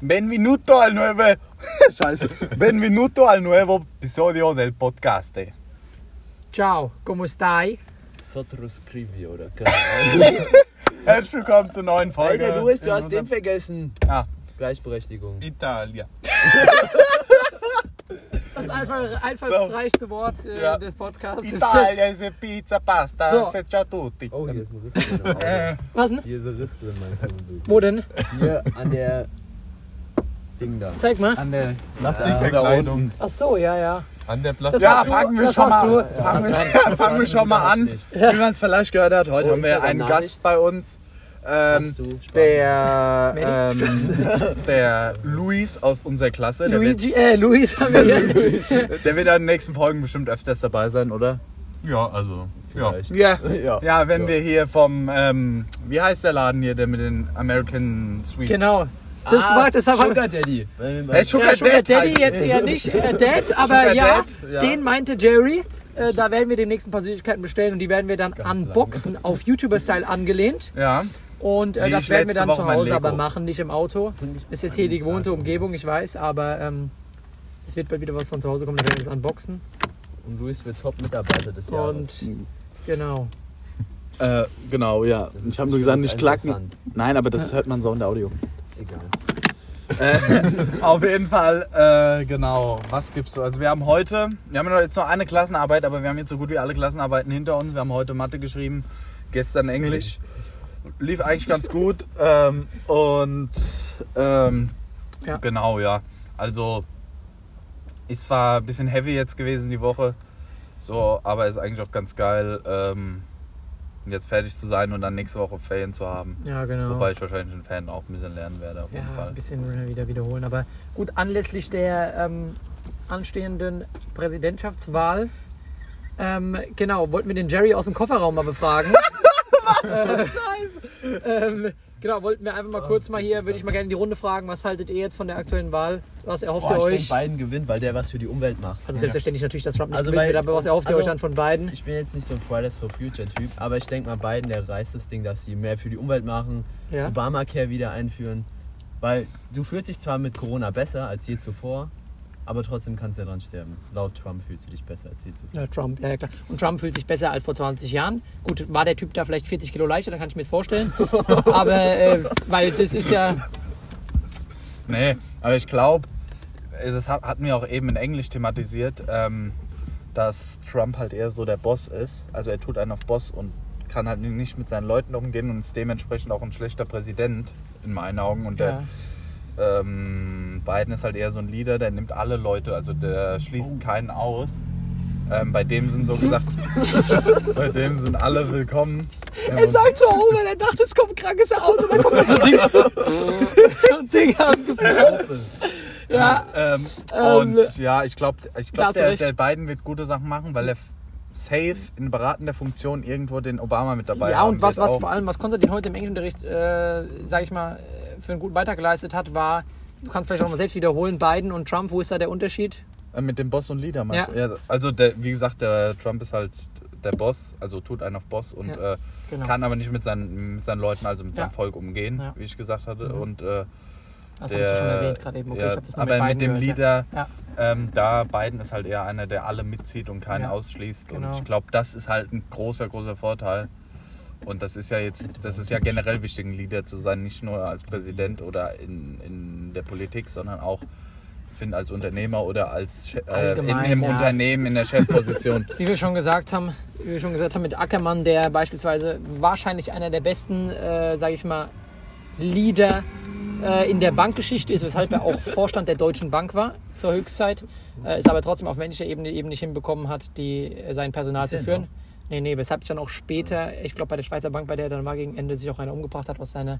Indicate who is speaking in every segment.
Speaker 1: Benvenuto al nuevo. Scheiße. Benvenuto al nuevo episodio del podcast.
Speaker 2: Ciao, come stai?
Speaker 3: Sotroscrivi oder keine
Speaker 1: Herzlich willkommen zur neuen Folge.
Speaker 3: Alter, Luis, du hast den vergessen.
Speaker 1: Ah,
Speaker 3: Gleichberechtigung.
Speaker 1: Italia.
Speaker 2: Das ist einfach, einfach
Speaker 1: So.
Speaker 2: das reichste Wort äh,
Speaker 1: Ja.
Speaker 2: des Podcasts.
Speaker 1: Italia is a pizza pasta.
Speaker 2: So.
Speaker 1: Se ciao tutti.
Speaker 3: Oh, hier ist ein Ristel in meinem
Speaker 1: Äh,
Speaker 3: Auge.
Speaker 2: Was denn?
Speaker 3: Hier ist ein Ristel in meinem Auge.
Speaker 2: Wo denn?
Speaker 3: Hier an der Ding da.
Speaker 2: Zeig mal.
Speaker 1: an der
Speaker 3: Verkleidung.
Speaker 2: Ach so, ja, ja.
Speaker 4: An der Platz.
Speaker 2: Das
Speaker 1: Ja,
Speaker 2: hast du-
Speaker 1: fangen wir
Speaker 2: das
Speaker 1: schon
Speaker 2: hast
Speaker 1: mal
Speaker 2: du.
Speaker 1: fangen wir- fangen wir schon mal an.
Speaker 3: Nicht.
Speaker 1: Wie man es vielleicht gehört hat, heute
Speaker 3: Oh,
Speaker 1: haben wir einen
Speaker 3: Instagram-Nachricht.
Speaker 1: Gast bei uns. Ähm,
Speaker 3: Hast du Spaß?
Speaker 1: der, ähm, der Luis aus unserer Klasse. Der wird,
Speaker 2: Luigi, äh, Luis haben wir hier.
Speaker 1: der wird in den nächsten Folgen bestimmt öfters dabei sein, oder?
Speaker 4: Ja, also. Ja.
Speaker 3: Vielleicht.
Speaker 1: Ja.
Speaker 3: Ja.
Speaker 1: Ja, wenn wir hier vom, ähm, wie heißt der Laden hier, der mit den American Sweets?
Speaker 2: Genau. Das war, das war,
Speaker 3: Sugar Daddy.
Speaker 1: Hey, Ah, Sugar,
Speaker 2: ja, Sugar
Speaker 1: Dad
Speaker 2: Daddy
Speaker 1: heißt-
Speaker 2: jetzt eher nicht, äh, Dad, aber
Speaker 1: Sugar
Speaker 2: ja,
Speaker 1: Dad, ja.
Speaker 2: den meinte Jerry. Äh, da werden wir demnächst ein paar Süßigkeiten bestellen und die werden wir dann unboxen, auf YouTuber-Style angelehnt.
Speaker 1: Ja.
Speaker 2: Und äh,
Speaker 1: Wie
Speaker 2: das
Speaker 1: ich
Speaker 2: werden wir
Speaker 1: letzte
Speaker 2: dann
Speaker 1: Woche
Speaker 2: zu
Speaker 1: mein
Speaker 2: Hause
Speaker 1: Lego.
Speaker 2: aber machen, nicht im Auto. Ist jetzt hier die gewohnte Umgebung, ich weiß, aber ähm, es wird bald wieder was von zu Hause kommen, da werden wir das unboxen.
Speaker 3: Und Luis wird Top-Mitarbeiter des Jahres.
Speaker 2: Und genau.
Speaker 1: Äh, genau, ja. Ich habe nur gesagt,
Speaker 3: das
Speaker 1: nicht
Speaker 3: ist
Speaker 1: klacken.
Speaker 3: interessant.
Speaker 1: Nein, aber das hört man so in der Audio.
Speaker 3: Egal.
Speaker 1: Äh, Auf jeden Fall, äh, genau. Was gibt's so? Also wir haben heute, wir haben jetzt noch eine Klassenarbeit, aber wir haben jetzt so gut wie alle Klassenarbeiten hinter uns. Wir haben heute Mathe geschrieben, gestern Englisch. Lief eigentlich ganz gut. Ähm, und ähm,
Speaker 2: Ja.
Speaker 1: genau, ja. Also ist zwar ein bisschen heavy jetzt gewesen die Woche, so, aber ist eigentlich auch ganz geil, ähm, jetzt fertig zu sein und dann nächste Woche Ferien zu haben.
Speaker 2: Ja, genau.
Speaker 1: Wobei ich wahrscheinlich in Ferien auch ein bisschen lernen werde auf jeden
Speaker 2: ja,
Speaker 1: Fall.
Speaker 2: ein bisschen wieder wiederholen. Aber gut, anlässlich der ähm, anstehenden Präsidentschaftswahl, ähm, genau, wollten wir den Jerry aus dem Kofferraum mal befragen. Was? Äh, ähm, genau, wollten wir einfach mal kurz mal hier, würde ich mal gerne in die Runde fragen, was haltet ihr jetzt von der aktuellen Wahl? Was erhofft
Speaker 3: Boah,
Speaker 2: ihr
Speaker 3: ich
Speaker 2: euch?
Speaker 3: denke, Biden gewinnt, weil der was für die Umwelt macht.
Speaker 2: also selbstverständlich natürlich, dass Trump nicht
Speaker 3: Also
Speaker 2: gewählt
Speaker 3: bei-
Speaker 2: wird, aber was erhofft ihr
Speaker 3: also-
Speaker 2: euch dann von beiden?
Speaker 3: Ich bin jetzt nicht so ein Fridays for Future Typ, aber ich denke mal, Biden, der reißt das Ding, dass sie mehr für die Umwelt machen,
Speaker 2: Ja.
Speaker 3: Obamacare wieder einführen. Weil du fühlst dich zwar mit Corona besser als je zuvor, aber trotzdem kannst du ja dran sterben. Laut Trump fühlst du dich besser als je zuvor.
Speaker 2: Ja, Trump, ja, ja klar. Und Trump fühlt sich besser als vor 20 Jahren. Gut, war der Typ da vielleicht 40 Kilo leichter, dann kann ich mir das vorstellen. Aber, äh, weil das ist ja,
Speaker 1: Nee, aber ich glaube, das hat- hatten wir auch eben in Englisch thematisiert, ähm, dass Trump halt eher so der Boss ist. Also er tut einen auf Boss und kann halt nicht mit seinen Leuten umgehen und ist dementsprechend auch ein schlechter Präsident in meinen Augen. Und der ähm, Biden ist halt eher so ein Leader, der nimmt alle Leute, also der schließt keinen aus. Ähm, bei dem sind so gesagt, bei dem sind alle willkommen.
Speaker 2: Er sagt so, oh, weil er dachte, es kommt ein krankes Auto, dann kommt so ein Ding. so ein Ding angeflogen. Ja,
Speaker 1: Ähm,
Speaker 2: Ähm,
Speaker 1: und ja, ich glaube, ich
Speaker 2: da
Speaker 1: glaub,
Speaker 2: hast du
Speaker 1: der,
Speaker 2: recht.
Speaker 1: der Biden wird gute Sachen machen, weil er f- safe in beratender Funktion irgendwo den Obama mit dabei
Speaker 2: ja
Speaker 1: haben
Speaker 2: und was,
Speaker 1: wird
Speaker 2: was
Speaker 1: auch.
Speaker 2: vor allem, was Konstantin heute im Englischunterricht, äh, sag ich mal, äh, für einen guten Beitrag geleistet hat, war, du kannst vielleicht auch mal selbst wiederholen, Biden und Trump, wo ist da der Unterschied?
Speaker 1: Äh, Mit dem Boss und Leader meinst
Speaker 2: Ja.
Speaker 1: du? Ja, also, der, wie gesagt, der Trump ist halt der Boss, also tut einen auf Boss und
Speaker 2: Ja,
Speaker 1: äh,
Speaker 2: genau.
Speaker 1: kann aber nicht mit seinen, mit seinen Leuten, also mit
Speaker 2: Ja.
Speaker 1: seinem Volk umgehen,
Speaker 2: Ja. Mhm.
Speaker 1: wie ich gesagt hatte. Und, äh,
Speaker 2: Das
Speaker 1: der,
Speaker 2: hast du schon erwähnt gerade eben, okay,
Speaker 1: ja,
Speaker 2: ich hab das nur
Speaker 1: aber
Speaker 2: mit
Speaker 1: mit, dem
Speaker 2: Biden gehört,
Speaker 1: Leader,
Speaker 2: ja.
Speaker 1: Ähm, da Biden ist halt eher einer, der alle mitzieht und keinen
Speaker 2: Ja,
Speaker 1: ausschließt.
Speaker 2: genau.
Speaker 1: Und ich glaube, das ist halt ein großer, großer Vorteil. Und das ist ja jetzt, das ist ja generell wichtig, ein Leader zu sein, nicht nur als Präsident oder in, in der Politik, sondern auch finde als Unternehmer oder als Che- äh, in,
Speaker 2: Allgemein,
Speaker 1: im
Speaker 2: ja.
Speaker 1: Unternehmen in der Chefposition.
Speaker 2: wie wir schon gesagt haben, wie wir schon gesagt haben, mit Ackermann, der beispielsweise wahrscheinlich einer der besten, äh, sage ich mal, Leader äh, in der Bankgeschichte ist, weshalb er auch Vorstand der Deutschen Bank war zur Höchstzeit, äh, es aber trotzdem auf menschlicher Ebene eben nicht hinbekommen hat, die, äh, sein Personal
Speaker 3: Ist
Speaker 2: zu
Speaker 3: er
Speaker 2: führen.
Speaker 3: noch?
Speaker 2: Nee, nee, weshalb sich dann auch später, ich glaube bei der Schweizer Bank, bei der er dann war gegen Ende sich auch einer umgebracht hat aus seiner,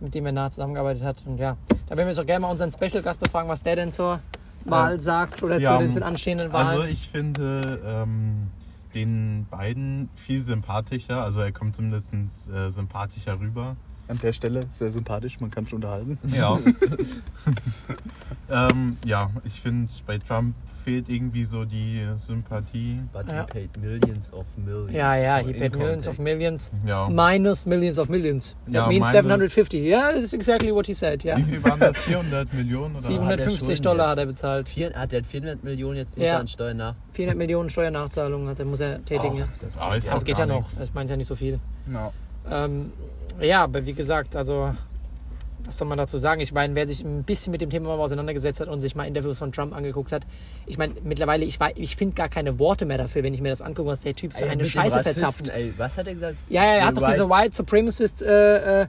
Speaker 2: mit dem er nahe zusammengearbeitet hat. Und ja, da werden wir jetzt auch gerne mal unseren Special Gast befragen, was der denn zur
Speaker 3: Äh,
Speaker 2: Wahl sagt oder
Speaker 4: ja,
Speaker 2: zu den,
Speaker 4: ähm,
Speaker 2: den anstehenden Wahlen.
Speaker 4: Also ich finde ähm, den beiden viel sympathischer. Also er kommt zumindest äh, sympathischer rüber.
Speaker 1: An der Stelle sehr sympathisch, man kann sich unterhalten.
Speaker 4: Ja. Ähm, ja, ich finde, bei Trump fehlt irgendwie so die Sympathie.
Speaker 3: But
Speaker 2: Ja.
Speaker 3: he paid millions of millions.
Speaker 2: Ja, ja,
Speaker 3: for
Speaker 2: he paid
Speaker 3: income
Speaker 2: millions of
Speaker 3: tax.
Speaker 2: millions.
Speaker 4: Ja.
Speaker 2: Minus millions of millions. That
Speaker 4: Ja,
Speaker 2: means
Speaker 4: minus-
Speaker 2: 750. Ja, that's exactly what he said, ja.
Speaker 4: Wie viel waren das? 400 Millionen oder?
Speaker 3: Sieben-
Speaker 2: 750
Speaker 3: Schulden
Speaker 2: Dollar
Speaker 3: jetzt?
Speaker 2: hat er bezahlt.
Speaker 3: Vier, hat er 400 Millionen jetzt muss
Speaker 2: Ja.
Speaker 3: er an Steuern nach.
Speaker 2: 400 Millionen Steuernachzahlungen hat er, muss er tätigen. ja.
Speaker 3: Ach, das
Speaker 4: Ah, ist
Speaker 3: ja.
Speaker 4: doch
Speaker 2: Das geht ja
Speaker 4: gar
Speaker 2: noch.
Speaker 4: nichts.
Speaker 2: Ich meine ja nicht so viel.
Speaker 1: Ja.
Speaker 2: Ähm, ja, aber wie gesagt, also was soll man dazu sagen? Ich meine, wer sich ein bisschen mit dem Thema mal auseinandergesetzt hat und sich mal Interviews von Trump angeguckt hat, ich meine, mittlerweile, ich, wei- ich finde gar keine Worte mehr dafür, wenn ich mir das angucke, was der Typ für
Speaker 3: Ey,
Speaker 2: eine
Speaker 3: mit dem
Speaker 2: Scheiße
Speaker 3: Rassisten,
Speaker 2: verzapft.
Speaker 3: Ey, was hat er gesagt?
Speaker 2: Ja, ja, er
Speaker 3: The
Speaker 2: hat doch
Speaker 3: right-
Speaker 2: diese White Supremacist äh, äh,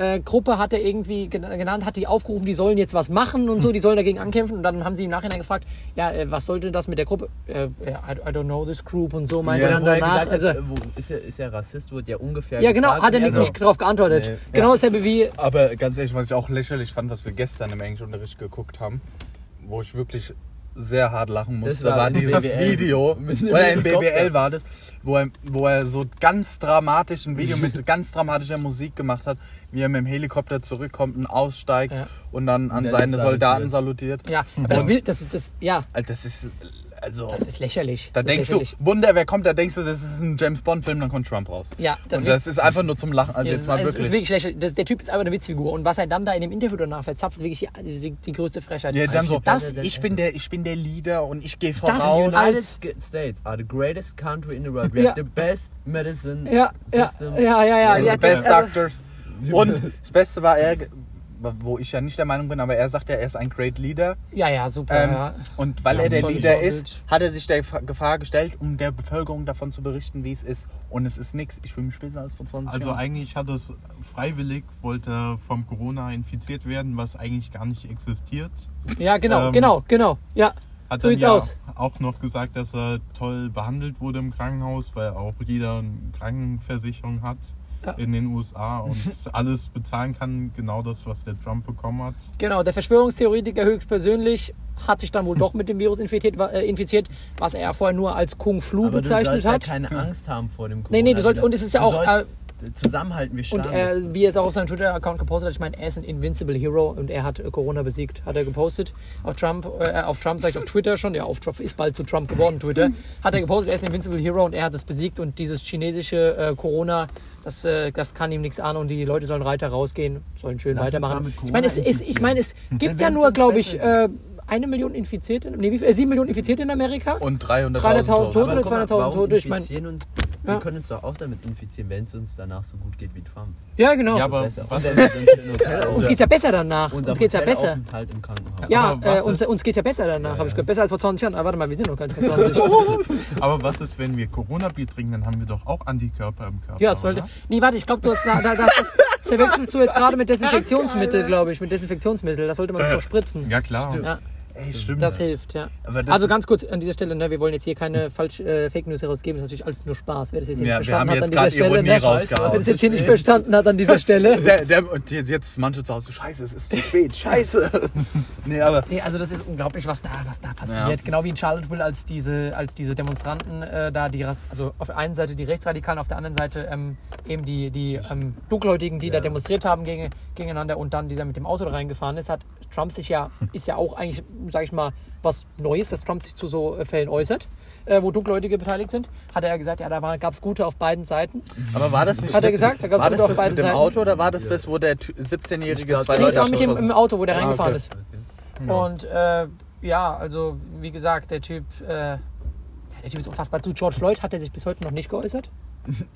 Speaker 2: äh, Gruppe hat er irgendwie gen- genannt, hat die aufgerufen, die sollen jetzt was machen und so, die sollen dagegen ankämpfen. Und dann haben sie im Nachhinein gefragt, ja, äh, was sollte das mit der Gruppe? Äh, I, I don't know this group und so, meinte
Speaker 3: Ja,
Speaker 2: dann
Speaker 3: wo er
Speaker 2: danach.
Speaker 3: gesagt
Speaker 2: Also,
Speaker 3: hat, wo, ist, er, ist er Rassist, wurde ja ungefähr
Speaker 2: ja, genau,
Speaker 3: gefragt
Speaker 2: hat er
Speaker 3: und
Speaker 2: nicht,
Speaker 3: so,
Speaker 2: nicht drauf geantwortet.
Speaker 3: Nee.
Speaker 2: Genau dasselbe wie,
Speaker 1: Aber ganz ehrlich, was ich auch lächerlich fand, was wir gestern im Englischunterricht geguckt haben, wo ich wirklich sehr hart lachen musste,
Speaker 3: Das war
Speaker 1: war
Speaker 3: im
Speaker 1: dieses
Speaker 3: BWL.
Speaker 1: Video,
Speaker 3: Mit dem
Speaker 1: oder im
Speaker 3: Helikopter.
Speaker 1: BWL war das, wo er, wo er so ganz dramatisch ein Video mit ganz dramatischer Musik gemacht hat, wie er mit dem Helikopter zurückkommt und aussteigt
Speaker 2: Ja.
Speaker 1: und dann
Speaker 3: Und
Speaker 1: an
Speaker 3: dann
Speaker 1: seine
Speaker 3: salutiert.
Speaker 1: Soldaten salutiert.
Speaker 2: ja, aber das, will, das, das, ja,
Speaker 1: Alter, das ist, also,
Speaker 2: das ist lächerlich.
Speaker 1: da
Speaker 2: das ist
Speaker 1: denkst
Speaker 2: lächerlich.
Speaker 1: du, Wunder, wer kommt, da denkst du, das ist ein James-Bond-Film, dann kommt Trump raus.
Speaker 2: Ja, das
Speaker 1: und
Speaker 2: will-
Speaker 1: das ist einfach nur zum Lachen, also
Speaker 2: Ja,
Speaker 1: jetzt mal
Speaker 2: es
Speaker 1: wirklich.
Speaker 2: ist wirklich lächerlich. Das, der Typ ist einfach eine Witzfigur. Und was er dann da in dem Interview danach verzapft, ist wirklich die, die, die größte Frechheit.
Speaker 1: Ja, dann so,
Speaker 2: das,
Speaker 1: ich bin der, ich bin der Leader und ich gehe
Speaker 2: Das-
Speaker 3: The
Speaker 1: voraus.
Speaker 2: Als-
Speaker 3: United Sk- States are the greatest country in the world. We
Speaker 2: Ja.
Speaker 3: have the best medicine
Speaker 2: ja, ja,
Speaker 3: system.
Speaker 2: ja, ja, ja, ja.
Speaker 1: the
Speaker 2: das-
Speaker 1: best
Speaker 2: also-
Speaker 1: doctors. Und das Beste war er, wo ich ja nicht der Meinung bin, aber er sagt ja, er ist ein great leader.
Speaker 2: Ja, ja, super.
Speaker 1: Ähm,
Speaker 2: ja.
Speaker 1: Und weil
Speaker 2: Ja,
Speaker 1: er der
Speaker 2: voll
Speaker 1: Leader
Speaker 2: Vorbild.
Speaker 1: ist, hat er sich der Fa- Gefahr gestellt, um der Bevölkerung davon zu berichten, wie es ist. Und es ist nichts. Ich fühle mich später als vor 20
Speaker 4: Also
Speaker 1: Jahren.
Speaker 4: eigentlich hat es freiwillig, wollte vom Corona infiziert werden, was eigentlich gar nicht existiert.
Speaker 2: ja, genau,
Speaker 4: ähm,
Speaker 2: genau, genau. Ja,
Speaker 4: Hat
Speaker 2: So
Speaker 4: dann
Speaker 2: sieht's
Speaker 4: ja
Speaker 2: aus.
Speaker 4: auch noch gesagt, dass er toll behandelt wurde im Krankenhaus, weil auch jeder eine Krankenversicherung hat
Speaker 2: Ja.
Speaker 4: in den USA und alles bezahlen kann, genau das, was der Trump bekommen hat.
Speaker 2: genau. Der Verschwörungstheoretiker höchstpersönlich hat sich dann wohl doch mit dem Virus infiziert, wa- äh, infiziert was er ja vorher nur als Kung Flu
Speaker 3: Aber du
Speaker 2: bezeichnet
Speaker 3: sollst ja
Speaker 2: hat.
Speaker 3: keine Angst haben vor dem Corona.
Speaker 2: Nee, nee, du sollst- und es ist ja
Speaker 3: Du
Speaker 2: auch, äh,
Speaker 3: sollst zusammenhalten, wir
Speaker 2: und
Speaker 3: schlagen
Speaker 2: er,
Speaker 3: das.
Speaker 2: wie er es auch auf seinem Twitter-Account gepostet hat, ich meine, er ist ein Invincible Hero und er hat äh, Corona besiegt, hat er gepostet. Auf Trump, äh, auf Trump sag ich, auf Twitter schon, ja, auf Trump ist bald zu Trump geworden, Twitter, hat er gepostet, er ist ein Invincible Hero und er hat es besiegt und dieses chinesische äh, Corona, das, äh, das kann ihm nichts an und die Leute sollen Reiter rausgehen, sollen schön
Speaker 3: Lass uns mal
Speaker 2: weitermachen.
Speaker 3: mit
Speaker 2: Ich meine, es,
Speaker 3: Corona
Speaker 2: es, ich meine, es gibt ja
Speaker 3: wär's
Speaker 2: nur,
Speaker 3: doch
Speaker 2: glaube ich,
Speaker 3: besser.
Speaker 2: äh, eine Million Infizierte, nee, wie viel, äh, sieben Millionen Infizierte in Amerika?
Speaker 1: Und
Speaker 2: 300.000
Speaker 1: 300.000
Speaker 2: Tote.
Speaker 1: Tote.
Speaker 2: oder
Speaker 3: guck mal,
Speaker 2: 200.000
Speaker 3: warum
Speaker 2: Tote, ich mein-
Speaker 3: infizieren uns,
Speaker 2: Ja.
Speaker 3: Wir können uns doch auch damit infizieren, wenn es uns danach so gut geht wie Trump.
Speaker 2: ja, genau.
Speaker 4: Ja, aber
Speaker 3: Besser.
Speaker 4: was,
Speaker 3: Und wenn wir uns in ein Hotel
Speaker 2: uns geht's ja besser danach.
Speaker 3: unser
Speaker 2: Uns geht's ja besser.
Speaker 3: Hotelaufenthalt im Krankenhaus.
Speaker 2: Ja,
Speaker 4: Aber
Speaker 2: äh,
Speaker 4: was
Speaker 2: uns,
Speaker 4: ist-
Speaker 2: uns geht's ja besser danach, habe ich gehört. Besser als vor 20 Jahren. Ah, warte mal, wir sind noch gar nicht vor 20.
Speaker 4: aber was ist, wenn wir Corona-Bier trinken, dann haben wir doch auch Antikörper im Körper.
Speaker 2: ja, es sollte.
Speaker 4: oder?
Speaker 2: Nee, warte, ich glaube, du hast. Da, da, das, das verwechselst du jetzt gerade mit Desinfektionsmittel, glaube ich. Mit Desinfektionsmittel. Das sollte man nicht so spritzen.
Speaker 4: Ja, klar.
Speaker 3: Stimmt.
Speaker 2: Ja,
Speaker 1: Ey, stimmt.
Speaker 2: das hilft, ja.
Speaker 1: Aber das
Speaker 2: Also
Speaker 1: ist-
Speaker 2: ganz kurz an dieser Stelle, ne, wir wollen jetzt hier keine falsch äh, Fake News herausgeben, das ist natürlich alles nur Spaß. Wer das jetzt hier
Speaker 1: Ja,
Speaker 2: nicht
Speaker 1: wir haben
Speaker 2: verstanden
Speaker 1: jetzt
Speaker 2: hat an dieser
Speaker 1: gerade
Speaker 2: Stelle,
Speaker 1: Ironie
Speaker 2: ne,
Speaker 1: rausgehauen.
Speaker 2: wer das jetzt hier nicht verstanden hat an dieser Stelle.
Speaker 1: Der, der, und jetzt, jetzt manche zu Hause, scheiße, es ist zu spät, scheiße. nee, aber
Speaker 2: Nee, also das ist unglaublich, was da, was da passiert.
Speaker 1: Ja.
Speaker 2: Genau wie in Charlottesville, als diese, als diese Demonstranten äh, da die, Ras- also auf der einen Seite die Rechtsradikalen, auf der anderen Seite ähm, eben die, die ähm, Dunkelhäutigen, die da
Speaker 3: Ja.
Speaker 2: demonstriert haben gegen, gegeneinander und dann dieser mit dem Auto da reingefahren ist, hat Trump sich ja, ist ja auch eigentlich, sag ich mal, was Neues, dass Trump sich zu so äh, Fällen äußert, äh, wo Dunkelhäutige beteiligt sind, hat er ja gesagt, ja, da gab es Gute auf beiden Seiten.
Speaker 1: Aber war das nicht
Speaker 2: Hat er gesagt, da gab's
Speaker 1: war
Speaker 2: Leute
Speaker 1: das,
Speaker 2: auf
Speaker 1: das
Speaker 2: beide
Speaker 1: mit dem
Speaker 2: Seiten.
Speaker 1: Auto oder war das das, wo der Ty- 17-Jährige
Speaker 3: Ich
Speaker 1: zwei
Speaker 3: glaub,
Speaker 2: Nee, es
Speaker 1: Leute
Speaker 2: war mit dem
Speaker 1: abgeschossen
Speaker 2: im
Speaker 1: hat?
Speaker 2: Auto, wo der reingefahren
Speaker 1: Ah, okay.
Speaker 2: ist. Und äh, ja, also wie gesagt, der Typ, äh, ja, der Typ ist unfassbar. Zu George Floyd hat er sich bis heute noch nicht geäußert.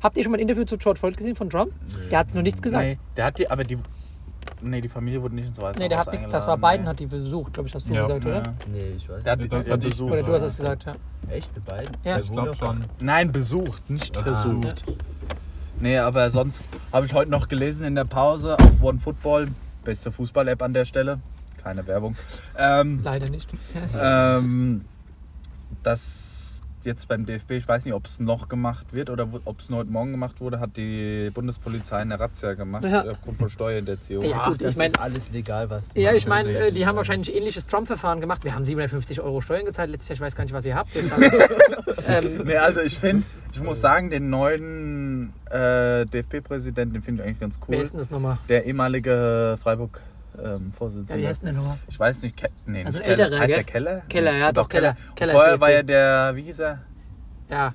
Speaker 2: Habt ihr schon mal ein Interview zu George Floyd gesehen von Trump? Der hat noch nichts gesagt.
Speaker 1: Nee,
Speaker 2: Nee,
Speaker 1: der hat die, aber die, nee, die Familie wurde nicht ins Weiße
Speaker 2: der
Speaker 1: Haus
Speaker 2: hat nicht,
Speaker 1: eingeladen,
Speaker 2: das war Biden,
Speaker 1: nee.
Speaker 2: hat die versucht, glaube ich, hast du
Speaker 4: Ja,
Speaker 2: gesagt, oder?
Speaker 1: Ja.
Speaker 3: Nee, ich weiß
Speaker 1: Der hat,
Speaker 4: Das
Speaker 1: er
Speaker 4: hatte ich
Speaker 1: besucht.
Speaker 2: Oder du hast
Speaker 4: Ja.
Speaker 2: das gesagt, ja.
Speaker 3: nicht. Echte beiden?
Speaker 2: Ja.
Speaker 3: Der
Speaker 4: Ich
Speaker 3: wohnt
Speaker 4: glaube
Speaker 3: doch-
Speaker 4: schon.
Speaker 1: Nein, besucht, nicht
Speaker 4: Ah.
Speaker 1: versucht. Nee, aber sonst habe ich heute noch gelesen in der Pause auf OneFootball, beste Fußball-App an der Stelle, keine Werbung, ähm,
Speaker 2: Leider nicht.
Speaker 1: ähm, dass jetzt beim DFB, ich weiß nicht, ob es noch gemacht wird oder ob es nur heute Morgen gemacht wurde, hat die Bundespolizei eine Razzia gemacht
Speaker 2: Ja.
Speaker 1: aufgrund von Steuerhinterziehung.
Speaker 2: Ja,
Speaker 3: Ach,
Speaker 2: gut, ich
Speaker 3: das
Speaker 2: mein-
Speaker 3: ist alles legal, was.
Speaker 2: Ja, ich
Speaker 3: machen.
Speaker 2: meine, äh, die haben wahrscheinlich ähnliches Trump-Verfahren gemacht. Wir haben 750 Euro Steuern gezahlt letztes Jahr. Ich weiß gar nicht, was ihr habt. Jetzt haben- ähm,
Speaker 1: Nee, also ich finde, ich muss sagen, den neuen äh, DFB-Präsidenten, den finde ich eigentlich ganz
Speaker 2: wer
Speaker 1: cool.
Speaker 2: ist denn das nochmal?
Speaker 1: Der ehemalige Freiburg ähm,
Speaker 2: Ja,
Speaker 1: Vorsitzender.
Speaker 2: wie heißt denn der nochmal?
Speaker 1: Ich weiß nicht, Ke nee,
Speaker 2: Also
Speaker 1: nicht
Speaker 2: ein
Speaker 1: Keller.
Speaker 2: älterer,
Speaker 1: Heißt
Speaker 2: gell?
Speaker 1: der Keller?
Speaker 2: Keller, ja, doch, Keller. Keller
Speaker 1: Vorher
Speaker 2: ist
Speaker 1: war ja
Speaker 2: der-
Speaker 1: der, wie hieß er?
Speaker 2: Ja,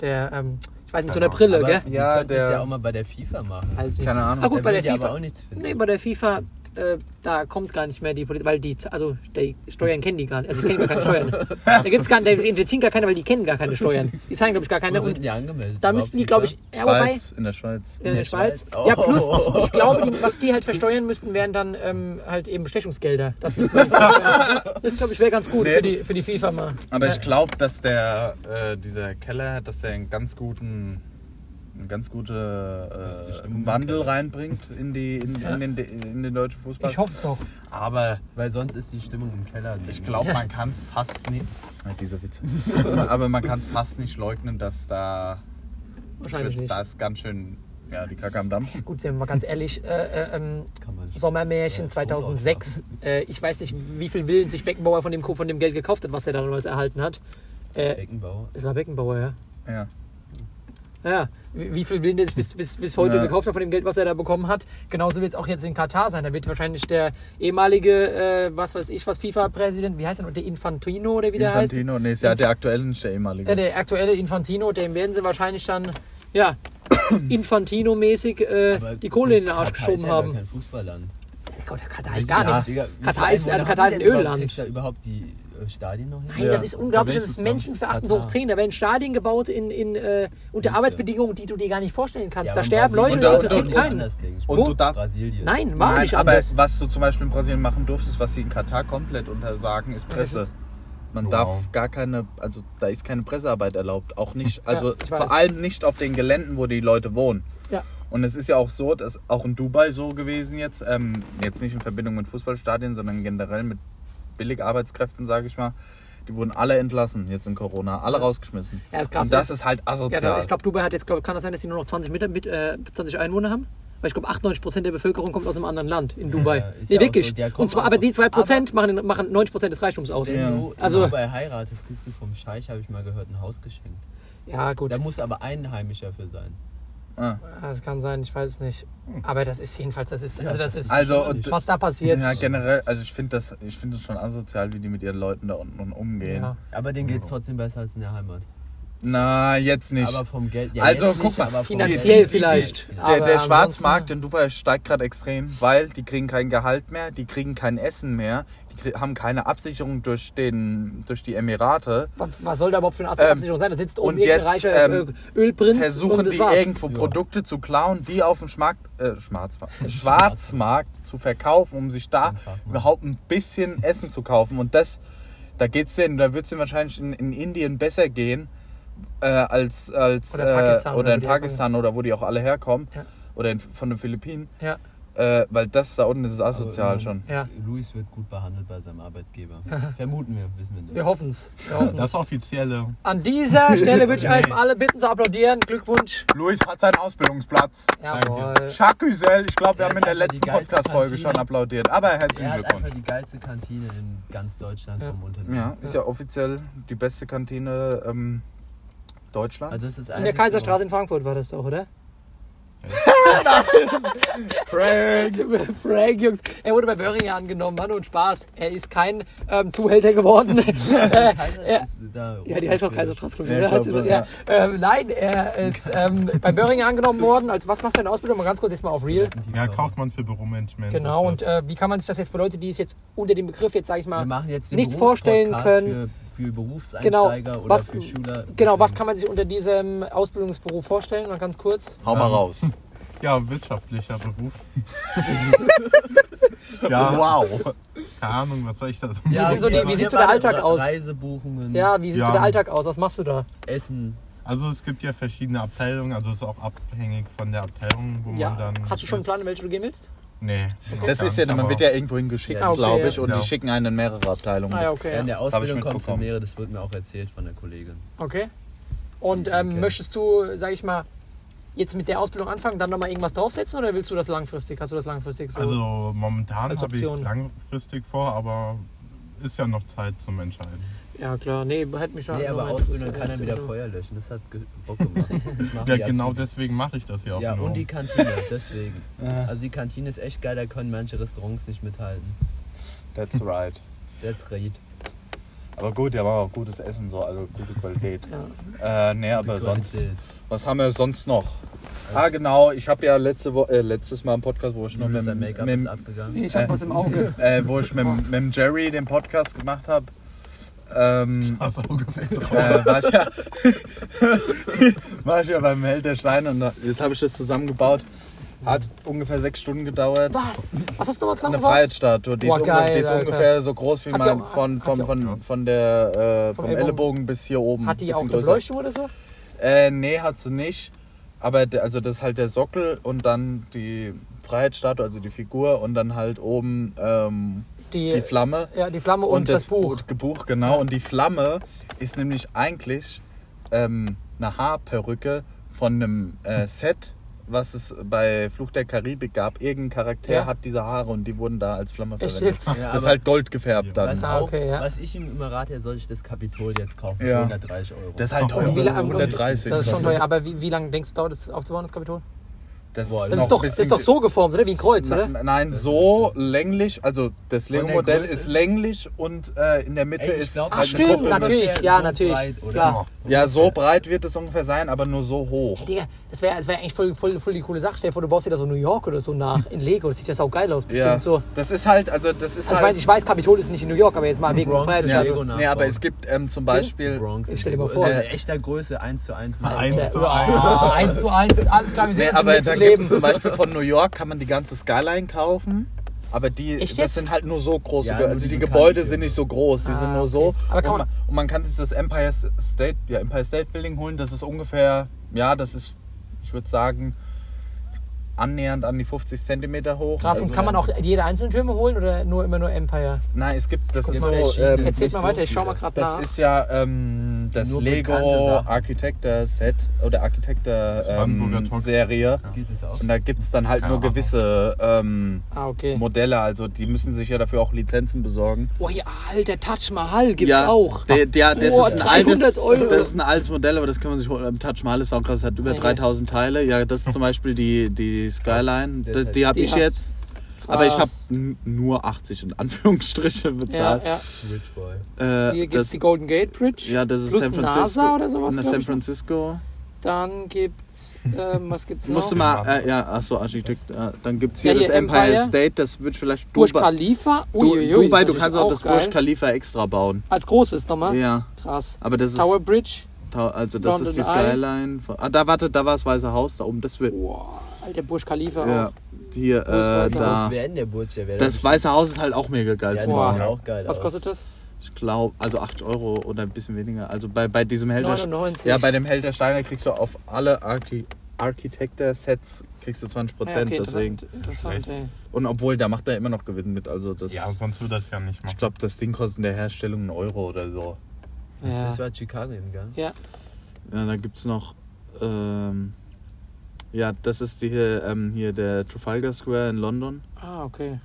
Speaker 2: der, ähm, ich weiß nicht, so
Speaker 4: Keine
Speaker 2: eine Brille,
Speaker 3: aber
Speaker 2: gell?
Speaker 3: Die
Speaker 1: Ja,
Speaker 3: könnten es
Speaker 1: der-
Speaker 3: ja auch mal bei der FIFA machen.
Speaker 2: Weiß nicht.
Speaker 1: Keine Ahnung.
Speaker 2: Ah, gut,
Speaker 3: Da
Speaker 2: bei der
Speaker 3: würden die
Speaker 2: FIFA.
Speaker 3: Aber auch nichts finden.
Speaker 2: Nee, bei der FIFA, äh, da kommt gar nicht mehr die Politik, weil die, also die Steuern kennen die gar nicht. Also die kennen gar keine Steuern. da gibt's gar nicht, die ziehen gar keine, weil die kennen gar keine Steuern. Die zahlen, glaube ich, gar keine.
Speaker 3: Wo sind
Speaker 2: Und
Speaker 3: die angemeldet?
Speaker 2: da
Speaker 3: Überhaupt
Speaker 2: müssten die,
Speaker 3: FIFA?
Speaker 2: glaube ich, ja, wobei,
Speaker 1: Schweiz, in der Schweiz.
Speaker 2: in der Schweiz.
Speaker 3: Schweiz.
Speaker 2: Ja,
Speaker 3: Oh.
Speaker 2: plus, ich glaube, die, was die halt versteuern müssten, wären dann ähm, halt eben Bestechungsgelder. Das müssten die versteuern. Das, glaube ich, wäre ganz gut
Speaker 1: Nee.
Speaker 2: für, die, für die FIFA mal.
Speaker 1: Aber
Speaker 2: ja.
Speaker 1: ich glaube, dass der, äh, dieser Keller, dass der einen ganz guten, eine ganz
Speaker 3: ist die
Speaker 1: gute
Speaker 3: Stimmung im
Speaker 1: äh, Wandel
Speaker 3: Keller.
Speaker 1: reinbringt in, die, in,
Speaker 2: Ja.
Speaker 1: in, den, in den deutschen Fußball.
Speaker 2: Ich hoffe es doch.
Speaker 1: Aber
Speaker 3: ne? Weil sonst ist die Stimmung im Keller. ne?
Speaker 1: ich glaube, man kann es fast nicht. Diese Witze. Aber man kann es fast nicht leugnen, dass da.
Speaker 2: Wahrscheinlich nicht.
Speaker 1: Da ist ganz schön. Ja, die Kacke am Dampfen.
Speaker 2: Gut, sind wir mal ganz ehrlich. Äh, äh, ähm,
Speaker 3: Kann man schon.
Speaker 2: Sommermärchen
Speaker 3: Ja,
Speaker 2: 2006. Äh, ich weiß nicht, wie viel Willen sich Beckenbauer von dem, von dem Geld gekauft hat, was er damals erhalten hat. Äh,
Speaker 3: Beckenbauer.
Speaker 2: es war Beckenbauer, ja.
Speaker 1: Ja.
Speaker 2: Ja, wie wie viel Willen er sich bis, bis, bis heute
Speaker 1: Ja.
Speaker 2: gekauft hat von dem Geld, was er da bekommen hat. Genauso wird es auch jetzt in Katar sein. Da wird wahrscheinlich der ehemalige, äh, was weiß ich, was FIFA-Präsident, wie heißt er noch, der Infantino oder wie der heißt.
Speaker 1: Infantino, nee, ist ja der aktuelle, nicht der ehemalige.
Speaker 2: Ja, der aktuelle Infantino, dem werden sie wahrscheinlich dann, ja, Infantino-mäßig
Speaker 3: Aber
Speaker 2: äh, die Kohle in den
Speaker 3: das
Speaker 2: Arsch
Speaker 3: Katar ist
Speaker 2: geschoben
Speaker 3: ja gar
Speaker 2: haben.
Speaker 3: Kein Fußballland.
Speaker 2: Gott, Katar ist gar
Speaker 1: Ja.
Speaker 2: nichts.
Speaker 3: Digga, wie
Speaker 2: Katar
Speaker 3: viele
Speaker 2: ist- also
Speaker 3: Einwohner
Speaker 2: Katar
Speaker 3: haben
Speaker 2: ist
Speaker 3: die
Speaker 2: ein
Speaker 3: denn überhaupt?
Speaker 2: Ölland.
Speaker 3: Kriegst du da überhaupt die äh, Stadien noch hin?
Speaker 2: Nein,
Speaker 1: Ja.
Speaker 2: das ist unglaublich.
Speaker 4: Aber
Speaker 2: Das ist
Speaker 4: welches Land?
Speaker 2: menschenverachtend
Speaker 3: Katar.
Speaker 2: hoch 10. Da werden Stadien gebaut in, in, äh, unter
Speaker 3: Ja.
Speaker 2: Arbeitsbedingungen, die du dir gar nicht vorstellen kannst.
Speaker 3: Ja,
Speaker 2: da
Speaker 3: aber
Speaker 2: sterben Leute,
Speaker 3: Brasilien
Speaker 1: da
Speaker 2: das
Speaker 1: und-
Speaker 3: ist doch
Speaker 2: interessiert
Speaker 3: nicht
Speaker 2: keinen.
Speaker 3: anders, denke ich.
Speaker 1: Und
Speaker 2: Wo?
Speaker 1: du darfst.
Speaker 3: Brasilien.
Speaker 2: Nein, war
Speaker 1: Nein,
Speaker 2: nicht
Speaker 1: aber
Speaker 2: anders.
Speaker 1: was du zum Beispiel in Brasilien machen durftest, was sie in Katar komplett untersagen, ist Presse. Man
Speaker 4: Wow.
Speaker 1: darf gar keine, also da ist keine Pressearbeit erlaubt. Auch nicht, also
Speaker 2: ich weiß.
Speaker 1: vor allem nicht auf den Geländen, wo die Leute wohnen.
Speaker 2: Ja.
Speaker 1: Und es ist ja auch so, dass auch in Dubai so gewesen jetzt, ähm, jetzt nicht in Verbindung mit Fußballstadien, sondern generell mit Billigarbeitskräften, sage ich mal. Die wurden alle entlassen jetzt in Corona, alle
Speaker 2: Ja.
Speaker 1: rausgeschmissen.
Speaker 2: Ja, ist krass.
Speaker 1: Und das
Speaker 2: Das-
Speaker 1: ist halt
Speaker 2: Ja,
Speaker 1: asozial.
Speaker 2: da, ich glaube, Dubai hat jetzt, glaub, kann das sein, dass sie nur noch 20, mit, mit, äh, 20 Einwohner haben? Weil ich glaube, 98 Prozent der Bevölkerung kommt aus einem anderen Land in Dubai.
Speaker 3: Ja, ist
Speaker 2: nee,
Speaker 3: ja auch
Speaker 2: wirklich.
Speaker 3: so, der kommt
Speaker 2: Und zwar,
Speaker 3: auch-
Speaker 2: aber die 2 Prozent machen, den- machen 90 Prozent des Reichtums aus.
Speaker 3: Wenn du
Speaker 2: Also-
Speaker 3: also, bei heiratest, kriegst du vom Scheich, habe ich mal gehört, ein Haus geschenkt.
Speaker 2: Ja, gut.
Speaker 3: Da muss aber ein Heimischer für sein.
Speaker 1: Ah.
Speaker 2: Das kann sein, ich weiß es nicht. Aber das ist jedenfalls, das ist, also das ist,
Speaker 1: Also, und-
Speaker 2: was da passiert.
Speaker 1: Ja, generell, also ich finde das, ich finde das schon asozial, wie die mit ihren Leuten da unten umgehen.
Speaker 2: Ja.
Speaker 3: Aber denen geht es trotzdem besser als in der Heimat.
Speaker 1: Na, jetzt nicht.
Speaker 3: Aber vom Geld. Ja,
Speaker 1: also
Speaker 3: jetzt
Speaker 1: guck
Speaker 3: nicht,
Speaker 1: mal,
Speaker 3: aber vom
Speaker 2: Finanziell
Speaker 3: Geld-
Speaker 2: vielleicht.
Speaker 3: Die, die,
Speaker 1: der, der
Speaker 2: Aber
Speaker 1: Schwarzmarkt in Dubai steigt gerade extrem, weil die kriegen kein Gehalt mehr, die kriegen kein Essen mehr, die krie- haben keine Absicherung durch, den, durch die Emirate.
Speaker 2: Was, was soll da überhaupt für eine Ab-
Speaker 1: Ähm,
Speaker 2: Absicherung sein? Da sitzt oben
Speaker 1: und
Speaker 2: irgendein
Speaker 1: jetzt,
Speaker 2: reicher
Speaker 1: ähm,
Speaker 2: äh, Ölprinz und
Speaker 1: Versuchen
Speaker 2: das
Speaker 1: die
Speaker 2: war's.
Speaker 1: irgendwo Produkte zu klauen, die auf dem Schmarkt, äh, Schwarzmarkt, Schwarzmarkt zu verkaufen, um sich da
Speaker 3: Schwarzmarkt.
Speaker 1: überhaupt ein bisschen Essen zu kaufen. Und das, da geht's denen, da wird's denen wahrscheinlich in, in Indien besser gehen äh, als, als
Speaker 2: Oder Pakistan,
Speaker 1: äh,
Speaker 2: oder
Speaker 1: oder in
Speaker 2: wo die herkommen.
Speaker 1: Pakistan oder wo die auch alle herkommen.
Speaker 2: Ja.
Speaker 1: Oder in, von den Philippinen.
Speaker 2: Ja,
Speaker 1: Äh, weil das da unten das ist asozial
Speaker 3: immer-
Speaker 1: schon.
Speaker 2: Ähm, ja.
Speaker 3: Luis wird gut behandelt bei seinem Arbeitgeber. Vermuten wir, wissen wir nicht.
Speaker 2: Wir hoffen's. Wir hoffen's.
Speaker 4: Das offizielle.
Speaker 2: An dieser Stelle würde ich erstmal alle bitten zu applaudieren. Glückwunsch.
Speaker 1: Luis hat seinen Ausbildungsplatz.
Speaker 2: Jawohl.
Speaker 1: Jacques Güzel, ich glaube, wir
Speaker 3: Er
Speaker 1: haben in
Speaker 3: hat einfach
Speaker 1: der
Speaker 3: die
Speaker 1: letzten
Speaker 3: geilste
Speaker 1: Podcast-Folge
Speaker 3: Kantine.
Speaker 1: schon applaudiert. Aber herzlichen
Speaker 3: Er hat
Speaker 1: Glückwunsch.
Speaker 3: einfach die geilste Kantine in ganz Deutschland
Speaker 2: Ja.
Speaker 3: vom Unternehmen.
Speaker 1: Ja, ist ja offiziell die beste Kantine ähm, Deutschlands.
Speaker 3: Also das ist
Speaker 2: In der Kaiserstraße in Frankfurt war das doch, oder?
Speaker 1: Frank!
Speaker 2: Frank, Jungs. Er wurde bei Böhringer angenommen. Mann und Spaß. Er ist kein ähm, Zuhälter geworden. Äh, er- Ja, die heißt auch Kaiserstraße, glaube ich.
Speaker 1: Ja,
Speaker 2: oder?
Speaker 1: ich
Speaker 2: Heißt
Speaker 1: glaub
Speaker 2: sie so? ja. Ähm, nein, er ist ähm, bei Böhringer angenommen worden. Als was machst du in der Ausbildung? Mal ganz kurz jetzt mal auf Real.
Speaker 4: Ja,
Speaker 3: Genau.
Speaker 4: Kaufmann für Büromanagement.
Speaker 2: Genau, und
Speaker 4: Das
Speaker 2: äh, wie kann man sich das jetzt für Leute, die es jetzt unter dem Begriff jetzt, sag ich mal,
Speaker 3: Wir machen jetzt den
Speaker 2: nichts vorstellen
Speaker 3: Berufspodcast
Speaker 2: können? Genau.
Speaker 3: Für, für Berufseinsteiger oder
Speaker 2: was-
Speaker 3: für Schüler.
Speaker 2: Genau, was kann man sich unter diesem Ausbildungsberuf vorstellen? Noch ganz kurz.
Speaker 1: Hau mal raus.
Speaker 2: äh,
Speaker 4: Ja, wirtschaftlicher Beruf. ja,
Speaker 1: Wow.
Speaker 4: keine Ahnung, was soll ich da so
Speaker 3: Ja,
Speaker 2: sieht so
Speaker 3: wir-
Speaker 2: die- wie
Speaker 3: wir
Speaker 2: sieht so der
Speaker 3: waren
Speaker 2: Alltag
Speaker 3: Re-
Speaker 2: aus?
Speaker 3: Reisebuchungen,
Speaker 2: Ja, wie sieht so
Speaker 4: Ja.
Speaker 2: der Alltag aus? Was machst du da?
Speaker 3: Essen.
Speaker 4: Also es gibt ja verschiedene Abteilungen, also es ist auch abhängig von der Abteilung, wo
Speaker 2: Ja.
Speaker 4: man dann.
Speaker 2: Hast du schon einen
Speaker 4: ist.
Speaker 2: Plan, in welche du gehen willst?
Speaker 4: Nee. noch
Speaker 1: Das
Speaker 4: gar
Speaker 1: ist ja,
Speaker 4: nicht,
Speaker 1: man
Speaker 4: aber-
Speaker 1: wird ja irgendwo hingeschickt,
Speaker 3: Ja, okay,
Speaker 1: glaube
Speaker 2: ja.
Speaker 1: ich. Und
Speaker 4: Ja.
Speaker 1: die schicken einen in mehrere Abteilungen.
Speaker 2: Ah ja, okay.
Speaker 3: Ja, in
Speaker 2: Ja.
Speaker 3: der
Speaker 1: Hab
Speaker 3: Ausbildung
Speaker 1: ich
Speaker 3: kommst du
Speaker 1: mitbekommen.
Speaker 3: mehrere, das wurde mir auch erzählt von der Kollegin.
Speaker 2: Okay. Und ähm,
Speaker 3: Okay.
Speaker 2: möchtest du, sag ich mal, jetzt mit der Ausbildung anfangen, dann nochmal irgendwas draufsetzen oder willst du das langfristig? Hast du das langfristig so?
Speaker 4: Also momentan
Speaker 2: Als
Speaker 4: habe ich es
Speaker 2: Option.
Speaker 4: langfristig vor, aber ist ja noch Zeit zum Entscheiden.
Speaker 2: Ja, klar. Nee, hätte mich schon.
Speaker 3: Nee, aber
Speaker 2: nochmal
Speaker 3: ausbündern
Speaker 2: interessiert.
Speaker 3: kann er wieder Feuer löschen. Das hat ge- Bock gemacht. Das machen
Speaker 4: Ja,
Speaker 3: die
Speaker 4: genau
Speaker 3: Azubis.
Speaker 4: deswegen mache ich das ja auch
Speaker 3: Ja,
Speaker 4: nur.
Speaker 1: genau.
Speaker 3: und die Kantine, deswegen.
Speaker 1: Ah,
Speaker 3: Also die Kantine ist echt geil, da können manche Restaurants nicht mithalten.
Speaker 1: That's right.
Speaker 3: That's right.
Speaker 1: Aber gut, ja, war auch gutes Essen, so, also gute Qualität.
Speaker 2: Ja.
Speaker 1: Äh, nee, aber
Speaker 3: Die
Speaker 1: sonst.
Speaker 3: Qualität.
Speaker 1: Was haben wir sonst noch? Ah, genau, ich habe ja letzte Wo äh, letztes Mal im Podcast, wo ich noch
Speaker 3: Nur
Speaker 1: mit,
Speaker 3: sein Make-up
Speaker 1: mit,
Speaker 3: ist abgegangen.
Speaker 2: Nee, ich hab was im Auge.
Speaker 1: äh, wo ich mit, mit dem Jerry den Podcast gemacht habe. Ähm,
Speaker 4: Also ungefähr drauf.
Speaker 1: äh, war, ich ja, war ich ja beim Held der Steine und da- jetzt habe ich das zusammengebaut. Hat ungefähr sechs Stunden gedauert.
Speaker 2: Was? Was hast du nochmal
Speaker 1: Eine
Speaker 2: zusammengebaut?
Speaker 1: Freiheitsstatue, die,
Speaker 2: Boah,
Speaker 1: ist,
Speaker 2: geil,
Speaker 1: unge- die ist
Speaker 2: Alter.
Speaker 1: ungefähr so groß wie
Speaker 2: Hat die
Speaker 1: mein,
Speaker 2: auch-
Speaker 1: von,
Speaker 2: hat
Speaker 1: von,
Speaker 2: die auch-
Speaker 1: von, von der, äh, vom,
Speaker 2: Vom Ellbogen.
Speaker 1: Ellenbogen bis hier oben.
Speaker 2: Hat die
Speaker 1: Bisschen
Speaker 2: auch eine
Speaker 1: größer.
Speaker 2: Beleuchtung oder so?
Speaker 1: Äh, nee, hat sie nicht. Aber der, also das ist halt der Sockel und dann die Freiheitsstatue, also die Figur und dann halt oben ähm,
Speaker 2: Die,
Speaker 1: die Flamme
Speaker 2: Ja, die Flamme und, das, Buch.
Speaker 1: Buch, genau. Und die Flamme ist nämlich eigentlich ähm, eine Haarperücke von einem
Speaker 2: Hm.
Speaker 1: äh, Set, was es bei Fluch der Karibik gab. Irgendein Charakter
Speaker 2: Ja.
Speaker 1: hat diese Haare und die wurden da als Flamme
Speaker 2: Echt
Speaker 1: verwendet.
Speaker 2: jetzt?
Speaker 3: Ja,
Speaker 1: ist
Speaker 3: aber-
Speaker 1: halt gold gefärbt dann.
Speaker 3: Was,
Speaker 2: Ah,
Speaker 3: auch,
Speaker 2: okay, ja.
Speaker 3: was ich ihm immer rate, er soll sich das Kapitol jetzt kaufen
Speaker 1: Ja.
Speaker 3: für 130 Euro.
Speaker 1: Das ist halt teuer.
Speaker 2: Wie la-
Speaker 1: 130.
Speaker 2: Das ist schon teuer. Aber wie, wie lange denkst du, dauert es aufzubauen, das Kapitol?
Speaker 1: Das ist,
Speaker 3: Das
Speaker 2: Das
Speaker 1: noch
Speaker 2: ist doch,
Speaker 1: ein
Speaker 2: das
Speaker 1: bisschen
Speaker 2: ist doch so ne? geformt, oder? Wie ein Kreuz,
Speaker 1: Na,
Speaker 2: oder?
Speaker 1: na- nein, so länglich, also das
Speaker 3: Von der
Speaker 1: Lego-Modell
Speaker 3: Größe?
Speaker 1: ist länglich und äh, in der Mitte
Speaker 3: Ey, ich
Speaker 1: ist.
Speaker 3: glaub,
Speaker 2: Ach,
Speaker 1: eine
Speaker 2: stimmt,
Speaker 1: Kuppel.
Speaker 2: natürlich. ja, natürlich, klar.
Speaker 1: Ja, so breit wird es ungefähr sein, aber nur so hoch.
Speaker 2: Digga, das wäre das wär eigentlich voll, voll, voll die coole Sache. Stell dir vor, du baust dir da so New York oder so nach in Lego. Das sieht ja auch geil aus, bestimmt
Speaker 1: Ja,
Speaker 2: so. Also
Speaker 1: das ist halt, also das ist
Speaker 2: ich
Speaker 1: halt.
Speaker 2: meine, ich weiß, Kapitol ist nicht in New York, aber jetzt mal wegen der
Speaker 3: Bronx ist
Speaker 1: ja,
Speaker 3: Lego
Speaker 2: Freiheitsstatue.
Speaker 1: nee,
Speaker 3: nachbauen.
Speaker 1: aber es gibt ähm,
Speaker 2: Hm?
Speaker 1: zum Beispiel.
Speaker 3: Bronx
Speaker 2: Ich
Speaker 3: ist
Speaker 2: stell dir mal
Speaker 3: Lego.
Speaker 2: vor.
Speaker 3: Also in echter Größe 1 zu 1.
Speaker 4: Eins
Speaker 2: Der-
Speaker 4: zu eins.
Speaker 2: Ah, Eins zu eins, alles klar, wir sehen
Speaker 1: Nee,
Speaker 2: uns im
Speaker 1: aber da
Speaker 2: nächsten
Speaker 1: gibt's zum
Speaker 2: Leben.
Speaker 1: Beispiel von New York kann man die ganze Skyline kaufen. Aber die,
Speaker 2: Echt
Speaker 1: das
Speaker 2: jetzt?
Speaker 1: sind halt nur so große,
Speaker 3: Ja,
Speaker 1: Ge-
Speaker 3: nur
Speaker 1: also
Speaker 3: die
Speaker 1: die
Speaker 3: bekannten
Speaker 1: Gebäude sind
Speaker 3: Türme.
Speaker 1: nicht so groß, die sind
Speaker 2: Ah,
Speaker 1: nur so.
Speaker 2: okay. Aber kann
Speaker 1: und,
Speaker 2: man-
Speaker 1: man, und man kann sich das Empire State, ja, Empire State Building holen, das ist ungefähr, ja, das ist, ich würde sagen, annähernd an die 50 Zentimeter hoch. Also
Speaker 2: Krass, und kann man auch jede einzelne Türme holen oder nur immer nur Empire?
Speaker 1: Nein, es gibt, das
Speaker 3: Guck
Speaker 1: ist
Speaker 3: mal,
Speaker 1: so,
Speaker 3: der Schiene.
Speaker 1: ähm,
Speaker 2: Erzähl
Speaker 3: nicht
Speaker 2: mal
Speaker 3: so
Speaker 2: weiter, ich schau
Speaker 3: viele.
Speaker 2: mal gerade
Speaker 1: das
Speaker 2: nach.
Speaker 1: ist ja ähm, das
Speaker 3: Nur bekannte
Speaker 1: Lego
Speaker 3: Sachen.
Speaker 1: Architector Set oder Architector
Speaker 4: Brandenburger
Speaker 1: ähm,
Speaker 4: Tor.
Speaker 1: Serie.
Speaker 3: Geht es auch?
Speaker 1: Und da gibt es dann halt
Speaker 4: Keine
Speaker 1: nur
Speaker 4: Ahnung.
Speaker 1: gewisse ähm,
Speaker 2: Ah, okay.
Speaker 1: Modelle, also die müssen sich ja dafür auch Lizenzen besorgen.
Speaker 2: Oh ja, alter, Taj Mahal gibt's
Speaker 1: ja,
Speaker 2: auch.
Speaker 1: Der, der, das,
Speaker 2: Boah,
Speaker 1: ist ein
Speaker 2: 300
Speaker 1: altes,
Speaker 2: Euro.
Speaker 1: das ist ein altes Modell, aber das kann man sich holen. Taj Mahal ist auch krass, hat über
Speaker 2: Ei, ei.
Speaker 1: 3000 Teile. Ja, das ist zum Beispiel die, die Skyline,
Speaker 3: Das
Speaker 1: die,
Speaker 3: heißt-
Speaker 1: die habe
Speaker 2: Die
Speaker 1: ich
Speaker 2: hast-
Speaker 1: jetzt. Aber ich habe
Speaker 2: Krass.
Speaker 1: nur 80 in Anführungsstriche bezahlt.
Speaker 2: Ja,
Speaker 3: Rich Boy.
Speaker 2: ja.
Speaker 1: Äh,
Speaker 2: Hier gibt's
Speaker 1: das,
Speaker 2: die Golden Gate Bridge.
Speaker 1: ja, das ist
Speaker 2: plus
Speaker 1: San Francisco.
Speaker 2: NASA oder sowas,
Speaker 1: Na,
Speaker 2: glaub
Speaker 1: San
Speaker 2: ich noch.
Speaker 1: Francisco.
Speaker 2: Dann gibt's, ähm, was gibt's noch?
Speaker 1: Musste mal, äh, ja, achso, Architekt. Äh, dann gibt es hier
Speaker 2: Ja,
Speaker 1: das
Speaker 2: hier
Speaker 1: Empire,
Speaker 2: Empire.
Speaker 1: State, das wird vielleicht
Speaker 2: Burj
Speaker 1: Dubai-
Speaker 2: Khalifa?
Speaker 1: Du,
Speaker 2: Uiuiui,
Speaker 1: Dubai,
Speaker 2: ist
Speaker 1: du
Speaker 2: natürlich
Speaker 1: kannst auch das
Speaker 2: geil.
Speaker 1: Burj Khalifa extra bauen.
Speaker 2: Als großes nochmal?
Speaker 1: Ja,
Speaker 2: Krass.
Speaker 1: aber das
Speaker 2: Tower
Speaker 1: ist
Speaker 2: Bridge?
Speaker 1: Tau- also das
Speaker 2: Round
Speaker 1: ist die
Speaker 2: and Eye.
Speaker 1: Skyline. Von, ah, da warte, da war das Weiße Haus da oben. Das wird
Speaker 2: Boah, alter Burj Khalifa
Speaker 1: ja,
Speaker 2: auch.
Speaker 1: hier
Speaker 2: Wo ist
Speaker 1: äh,
Speaker 2: Weiße
Speaker 1: da.
Speaker 3: Das wäre in der Burj, der wäre
Speaker 1: Das Weiße Haus ist halt auch mega geil.
Speaker 3: ja,
Speaker 1: zum
Speaker 3: das
Speaker 2: Boah.
Speaker 1: Beispiel.
Speaker 3: sieht auch geil
Speaker 2: Was
Speaker 3: aus.
Speaker 2: kostet das?
Speaker 1: Ich glaube, also 8 Euro oder ein bisschen weniger. Also bei, bei diesem Held der
Speaker 2: 99.
Speaker 1: Ja, bei dem Held der Steine kriegst du auf alle Archi Architector-Sets kriegst du 20
Speaker 2: Ah, ja,
Speaker 1: Prozent.
Speaker 2: okay,
Speaker 1: deswegen.
Speaker 2: Interessant, interessant ey.
Speaker 1: Und obwohl, da macht er immer noch Gewinn mit. Also das.
Speaker 4: Ja, sonst würde das ja nicht
Speaker 1: Ich
Speaker 4: machen.
Speaker 1: glaube, das Ding kostet in der Herstellung einen Euro oder so.
Speaker 2: Ja.
Speaker 3: Das war Chicago im Gang.
Speaker 2: ja.
Speaker 1: Ja, da gibt es noch. Ähm, ja, das ist die, hier, ähm, hier der Trafalgar Square in London.
Speaker 2: Ah, okay.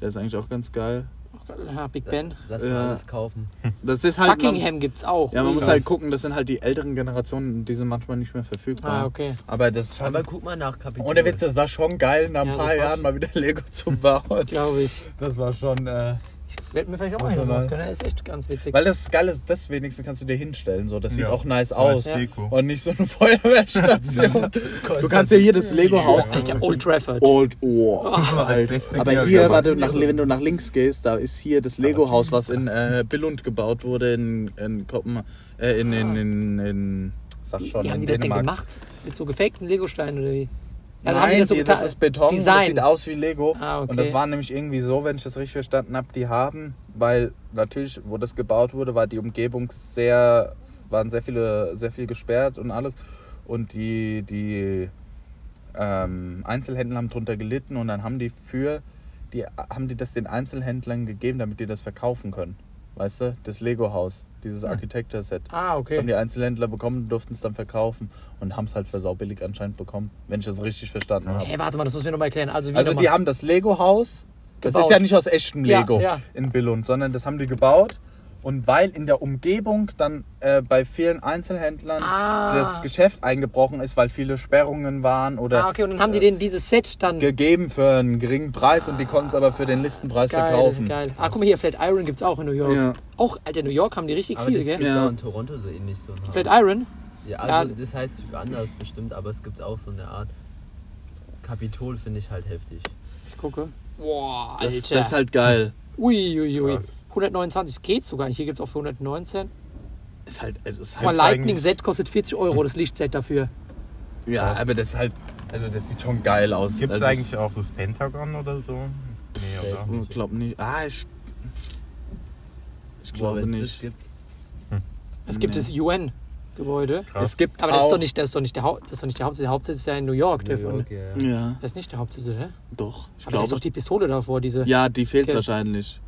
Speaker 1: Der ist eigentlich auch ganz geil.
Speaker 2: Auch geil. Ja, Big Ben.
Speaker 3: Lass mal
Speaker 1: Ja.
Speaker 3: alles kaufen.
Speaker 1: Das ist halt.
Speaker 2: Buckingham gibt's auch.
Speaker 1: ja, man
Speaker 2: Ui.
Speaker 1: muss halt gucken, das sind halt die älteren Generationen, die sind manchmal nicht mehr verfügbar.
Speaker 2: Ah, okay.
Speaker 1: Aber das ist
Speaker 3: Aber
Speaker 1: schon.
Speaker 3: guck mal nach Kapitol.
Speaker 1: Ohne Witz, das war schon geil, nach ein
Speaker 2: Ja,
Speaker 1: paar
Speaker 2: sofort.
Speaker 1: Jahren mal wieder Lego zu
Speaker 2: Das
Speaker 1: bauen.
Speaker 2: glaube ich.
Speaker 1: Das war schon. Äh,
Speaker 2: Ich werde mir vielleicht auch
Speaker 1: War
Speaker 2: mal hin
Speaker 1: schon
Speaker 2: sowas
Speaker 1: nice.
Speaker 2: können. Das ist echt ganz witzig.
Speaker 1: weil das Geile ist, das wenigstens kannst du dir hinstellen. So. Das sieht
Speaker 4: Ja,
Speaker 1: auch nice
Speaker 4: so
Speaker 1: aus.
Speaker 4: als Deko.
Speaker 1: Und nicht so eine Feuerwehrstation. du kannst ja hier das Lego Haus.
Speaker 2: Alter, Old Trafford.
Speaker 1: Old Ohr.
Speaker 4: als
Speaker 1: Alter.
Speaker 4: 16-Jähriger
Speaker 1: Aber hier,
Speaker 4: war-
Speaker 1: warte, nach, wenn du nach links gehst, da ist hier das Lego-Haus, was in äh, Billund gebaut wurde, in, in Kopenhagen, äh, in, in, in, in, sag schon,
Speaker 2: Wie haben
Speaker 1: in
Speaker 2: die das denn
Speaker 1: Dänemark.
Speaker 2: gemacht? Mit so gefakten Legosteinen oder wie? Also
Speaker 1: Nein,
Speaker 2: haben die das so getan?
Speaker 1: das ist Beton, das
Speaker 2: Design.
Speaker 1: sieht aus wie Lego.
Speaker 2: Ah, okay.
Speaker 1: Und das war nämlich irgendwie so, wenn ich das richtig verstanden habe, die haben, weil natürlich, wo das gebaut wurde, war die Umgebung sehr, waren sehr viele, sehr viel gesperrt und alles. Und die, die ähm, Einzelhändler haben drunter gelitten und dann haben die für, die haben die das den Einzelhändlern gegeben, damit die das verkaufen können. Weißt du, das Lego-Haus, dieses Architecture-Set.
Speaker 2: Ah,
Speaker 1: Das haben die
Speaker 2: okay.
Speaker 1: Einzelhändler bekommen, durften es dann verkaufen und haben es halt für saubillig anscheinend bekommen, wenn ich das richtig verstanden habe.
Speaker 2: Hey, warte mal, das muss ich mir nochmal erklären. Also, wie
Speaker 1: Also
Speaker 2: nochmal?
Speaker 1: die haben das Lego-Haus, das
Speaker 2: Gebaut.
Speaker 1: ist ja nicht aus echtem
Speaker 2: Ja,
Speaker 1: Lego
Speaker 2: ja.
Speaker 1: in Billund, sondern das haben die gebaut Und weil in der Umgebung dann äh, bei vielen Einzelhändlern
Speaker 2: Ah.
Speaker 1: das Geschäft eingebrochen ist, weil viele Sperrungen waren oder
Speaker 2: Ah, okay, und dann haben die denen dieses Set dann
Speaker 1: gegeben für einen geringen Preis und die konnten es aber für den Listenpreis
Speaker 2: Ah. geil,
Speaker 1: verkaufen.
Speaker 2: geil. Ah, guck mal hier, Flatiron gibt's auch in New York.
Speaker 1: Ja.
Speaker 2: Auch, Alter, in New York haben die richtig
Speaker 3: Aber
Speaker 2: viel,
Speaker 3: das
Speaker 2: gell?
Speaker 3: gibt
Speaker 1: gell?
Speaker 3: es
Speaker 1: Ja.
Speaker 3: auch in Toronto so ähnlich so. eine Art.
Speaker 2: Flatiron?
Speaker 3: Ja, also
Speaker 2: Ja.
Speaker 3: das heißt anders bestimmt, aber es gibt auch so eine Art. Kapitol finde ich halt heftig.
Speaker 2: Ich gucke. Boah, Alter.
Speaker 1: Das, das ist halt geil.
Speaker 2: Ui, ui, ui.
Speaker 4: Krass.
Speaker 2: 129 geht sogar nicht. Hier gibt es auch für 119.
Speaker 1: Ist halt, also ist
Speaker 2: Guck mal,
Speaker 1: halt
Speaker 4: zeigen-
Speaker 2: Lightning-Set kostet 40 Euro, das Lichtset dafür.
Speaker 1: ja, aber das ist halt, also das sieht schon geil aus.
Speaker 4: Gibt es
Speaker 1: also
Speaker 4: eigentlich auch das Pentagon oder so? Nee, oder?
Speaker 1: Ich glaube nicht. Ah, ich, ich
Speaker 3: Boah,
Speaker 1: glaube
Speaker 3: wenn's das
Speaker 1: nicht.
Speaker 3: gibt.
Speaker 2: Es gibt
Speaker 1: Nee.
Speaker 2: das UN-Gebäude.
Speaker 4: Krass.
Speaker 1: Es gibt
Speaker 2: Aber das
Speaker 1: auch,
Speaker 2: ist, doch nicht, das, ist doch nicht der Hau- das ist doch nicht der Hauptsitz. Der Hauptsitz ist ja in New York. der von,
Speaker 3: York, ja.
Speaker 1: Ja,
Speaker 2: Das ist nicht der Hauptsitz, oder?
Speaker 1: doch. Ich
Speaker 2: Aber da ist doch
Speaker 1: glaube.
Speaker 2: die Pistole davor, diese.
Speaker 1: Ja, die fehlt
Speaker 2: Okay.
Speaker 1: wahrscheinlich.